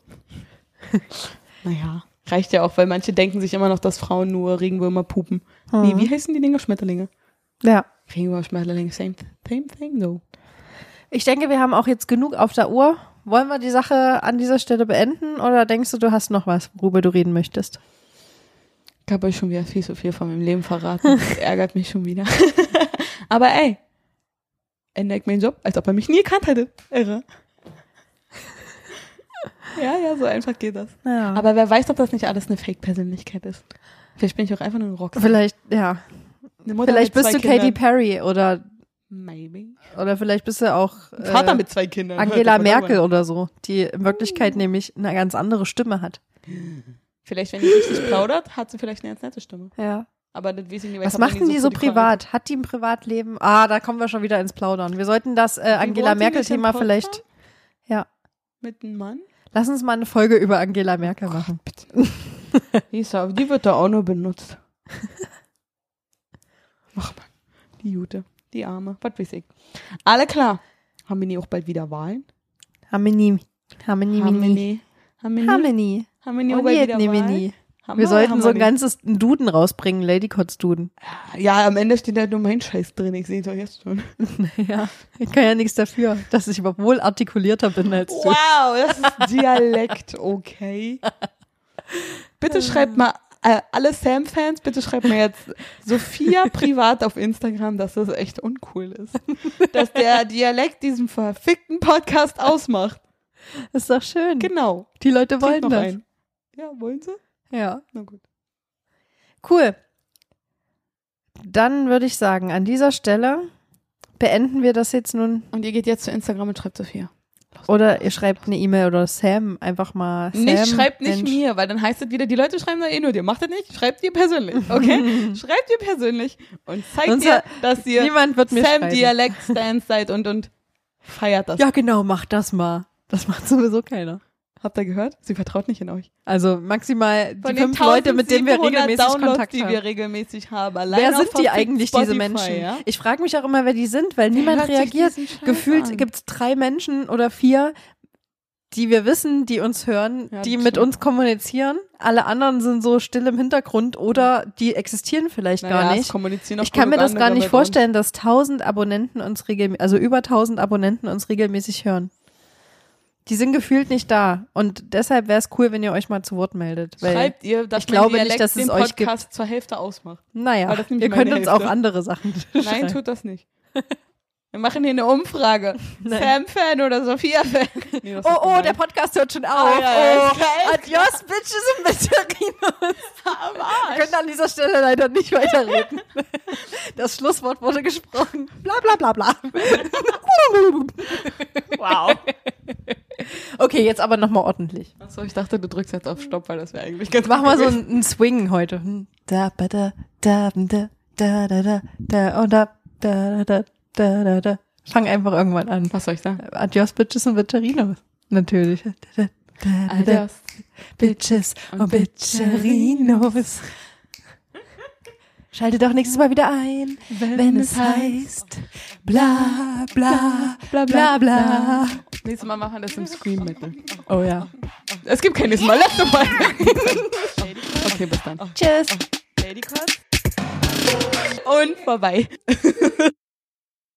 naja. Reicht ja auch, weil manche denken sich immer noch, dass Frauen nur Regenwürmer pupen. Nee, wie heißen die Dinger? Schmetterlinge.
Ja.
Regenwürmer, Schmetterlinge, same, same thing though.
Ich denke, wir haben auch jetzt genug auf der Uhr. Wollen wir die Sache an dieser Stelle beenden oder denkst du, du hast noch was, worüber du reden möchtest?
Ich habe euch schon wieder viel zu viel von meinem Leben verraten.
[laughs]
Das ärgert mich schon wieder. [laughs] Aber ey, ändert meinen Job, als ob er mich nie gekannt hätte.
[laughs]
Irre. Ja, ja, so einfach geht das.
Ja.
Aber wer weiß, ob das nicht alles eine Fake-Persönlichkeit ist. Vielleicht bin ich auch einfach nur ein Rockstar.
vielleicht, ja.
Eine Mutter
Vielleicht
mit
bist
zwei
du Katy
Kindern.
Perry oder
Maybe.
Oder vielleicht bist du auch äh,
Vater mit zwei Kindern. Hört
Angela
davon
Merkel
irgendwann.
oder so, die in
Hm.
Wirklichkeit nämlich eine ganz andere Stimme hat.
Vielleicht, wenn die richtig plaudert, hat sie vielleicht eine ganz nette Stimme.
Ja.
Aber das weiß ich nicht, weil ich
Was
hab
macht
noch
denn
nie
die so
gut gefragt.
privat? Hat die ein Privatleben? Ah, da kommen wir schon wieder ins Plaudern. Wir sollten das äh, Angela
wohnt die nicht in
Merkel-Thema
Potsdam?
vielleicht. Ja.
Mit einem Mann?
Lass uns mal eine Folge über Angela Merkel machen. [laughs]
Die, ist, ja- die wird da auch nur benutzt. Ach man. Die Jute, die Arme, was weiß ich. Alle klar. Haben wir nie auch bald wieder Wahlen?
Harmonie. Harmonie. Harmonie.
Harmonie. Harmonie.
Harmonie.
Harmonie. auch
Und
bald
jetzt
wieder
nehmen wir
Wahlen?
nie.
Haben
Wir sollten
haben
so ein
nicht?
ganzes Duden rausbringen,
[laughs]
Ladycots-Duden. [laughs]
Ja, am Ende steht da nur mein Scheiß drin. Ich sehe es doch jetzt schon.
Naja, ich kann ja nichts dafür, dass ich aber wohl artikulierter bin als du.
Wow, das ist Dialekt, okay. Bitte schreibt mal, äh, alle Sam-Fans, bitte schreibt mir jetzt Sophia [laughs] privat auf Instagram, dass das echt uncool ist. Dass der Dialekt diesen verfickten Podcast ausmacht.
Ist doch schön.
Genau.
Die Leute
Kriegt
wollen
noch
das.
einen. Ja, wollen sie?
Ja.
Na gut.
Cool. Dann würde ich sagen, an dieser Stelle beenden wir das jetzt nun.
Und ihr geht jetzt zu Instagram und schreibt Sophia.
Oder ihr schreibt eine E-Mail oder Sam einfach mal. Sam,
nicht, schreibt nicht
Mensch.
mir, weil dann heißt es wieder, die Leute schreiben da eh nur dir. Macht das nicht, schreibt ihr persönlich, [laughs] okay? schreibt ihr persönlich und zeigt
Unser-
ihr, dass ihr
Niemand wird mir schreiben.
Sam-Dialekt-Fans seid und, und feiert das.
Ja, genau, macht das mal. Das macht sowieso keiner.
Habt ihr gehört? Sie vertraut nicht in euch.
Also maximal
Von
die fünf Leute, mit denen wir
1700
regelmäßig
Downloads,
Kontakt
die
haben.
wir regelmäßig haben. allein
Wer
auf
sind die
verfickt
eigentlich, diese
Spotify,
Menschen?
Ja?
Ich frage mich auch immer, wer die sind, weil niemand
hört sich
reagiert.
diesen Scheiß an?
Gefühlt gibt es drei Menschen oder vier, die wir wissen, die uns hören,
Ja,
die
das
mit
stimmt.
uns kommunizieren. Alle anderen sind so still im Hintergrund oder die existieren vielleicht
Naja,
gar
es
nicht.
kommunizieren auch
Ich kann mir
genug
das gar
andere
nicht
mit uns.
vorstellen, dass tausend Abonnenten uns regelmäßig, also über tausend Abonnenten uns regelmäßig hören. Die sind gefühlt nicht da. Und deshalb wäre es cool, wenn ihr euch mal zu Wort meldet. Weil,
Schreibt ihr, dass
ich glaube
mein
nicht,
Dialekt
dass es
den
euch gibt.
Podcast zur Hälfte ausmacht.
naja,
weil das nämlich
ihr könnt
meine
uns
Hälfte.
auch andere Sachen [laughs]
Nein,
schreiben.
tut das nicht. Wir machen hier eine Umfrage. Sam-Fan oder Sophia-Fan? [laughs] Nee, das
Oh,
ist
oh,
gemein.
der Podcast hört schon auf.
Ah, ja,
oh.
ja, ist geil.
Adios, Bitches und [laughs] Bitcherinos. Wir können an dieser Stelle leider nicht [laughs] weiterreden. Das Schlusswort wurde gesprochen. Bla, bla, bla, [laughs] bla.
Wow.
Okay, jetzt aber nochmal ordentlich.
Achso, ich dachte, du drückst jetzt auf Stopp, weil das wäre eigentlich ganz
Mach mal so
cool.
einen einen Swing heute. Da, ba, da, da, da, da, da, da, da, und da, da, da, da, da, da, da. Fang einfach irgendwann an.
Was soll ich sagen?
Adios, Bitches und Bitcherinos. Natürlich. Da, da, da, da, da.
Adios.
Bitches und Bitcherinos. Schaltet auch nächstes Mal wieder ein, wenn, es heißt bla bla bla bla bla.
Nächstes Mal machen wir das im Scream Metal.
Oh ja.
Es gibt kein nächstes Mal. Letzte [laughs] Mal. okay, bis dann.
Tschüss.
Und vorbei.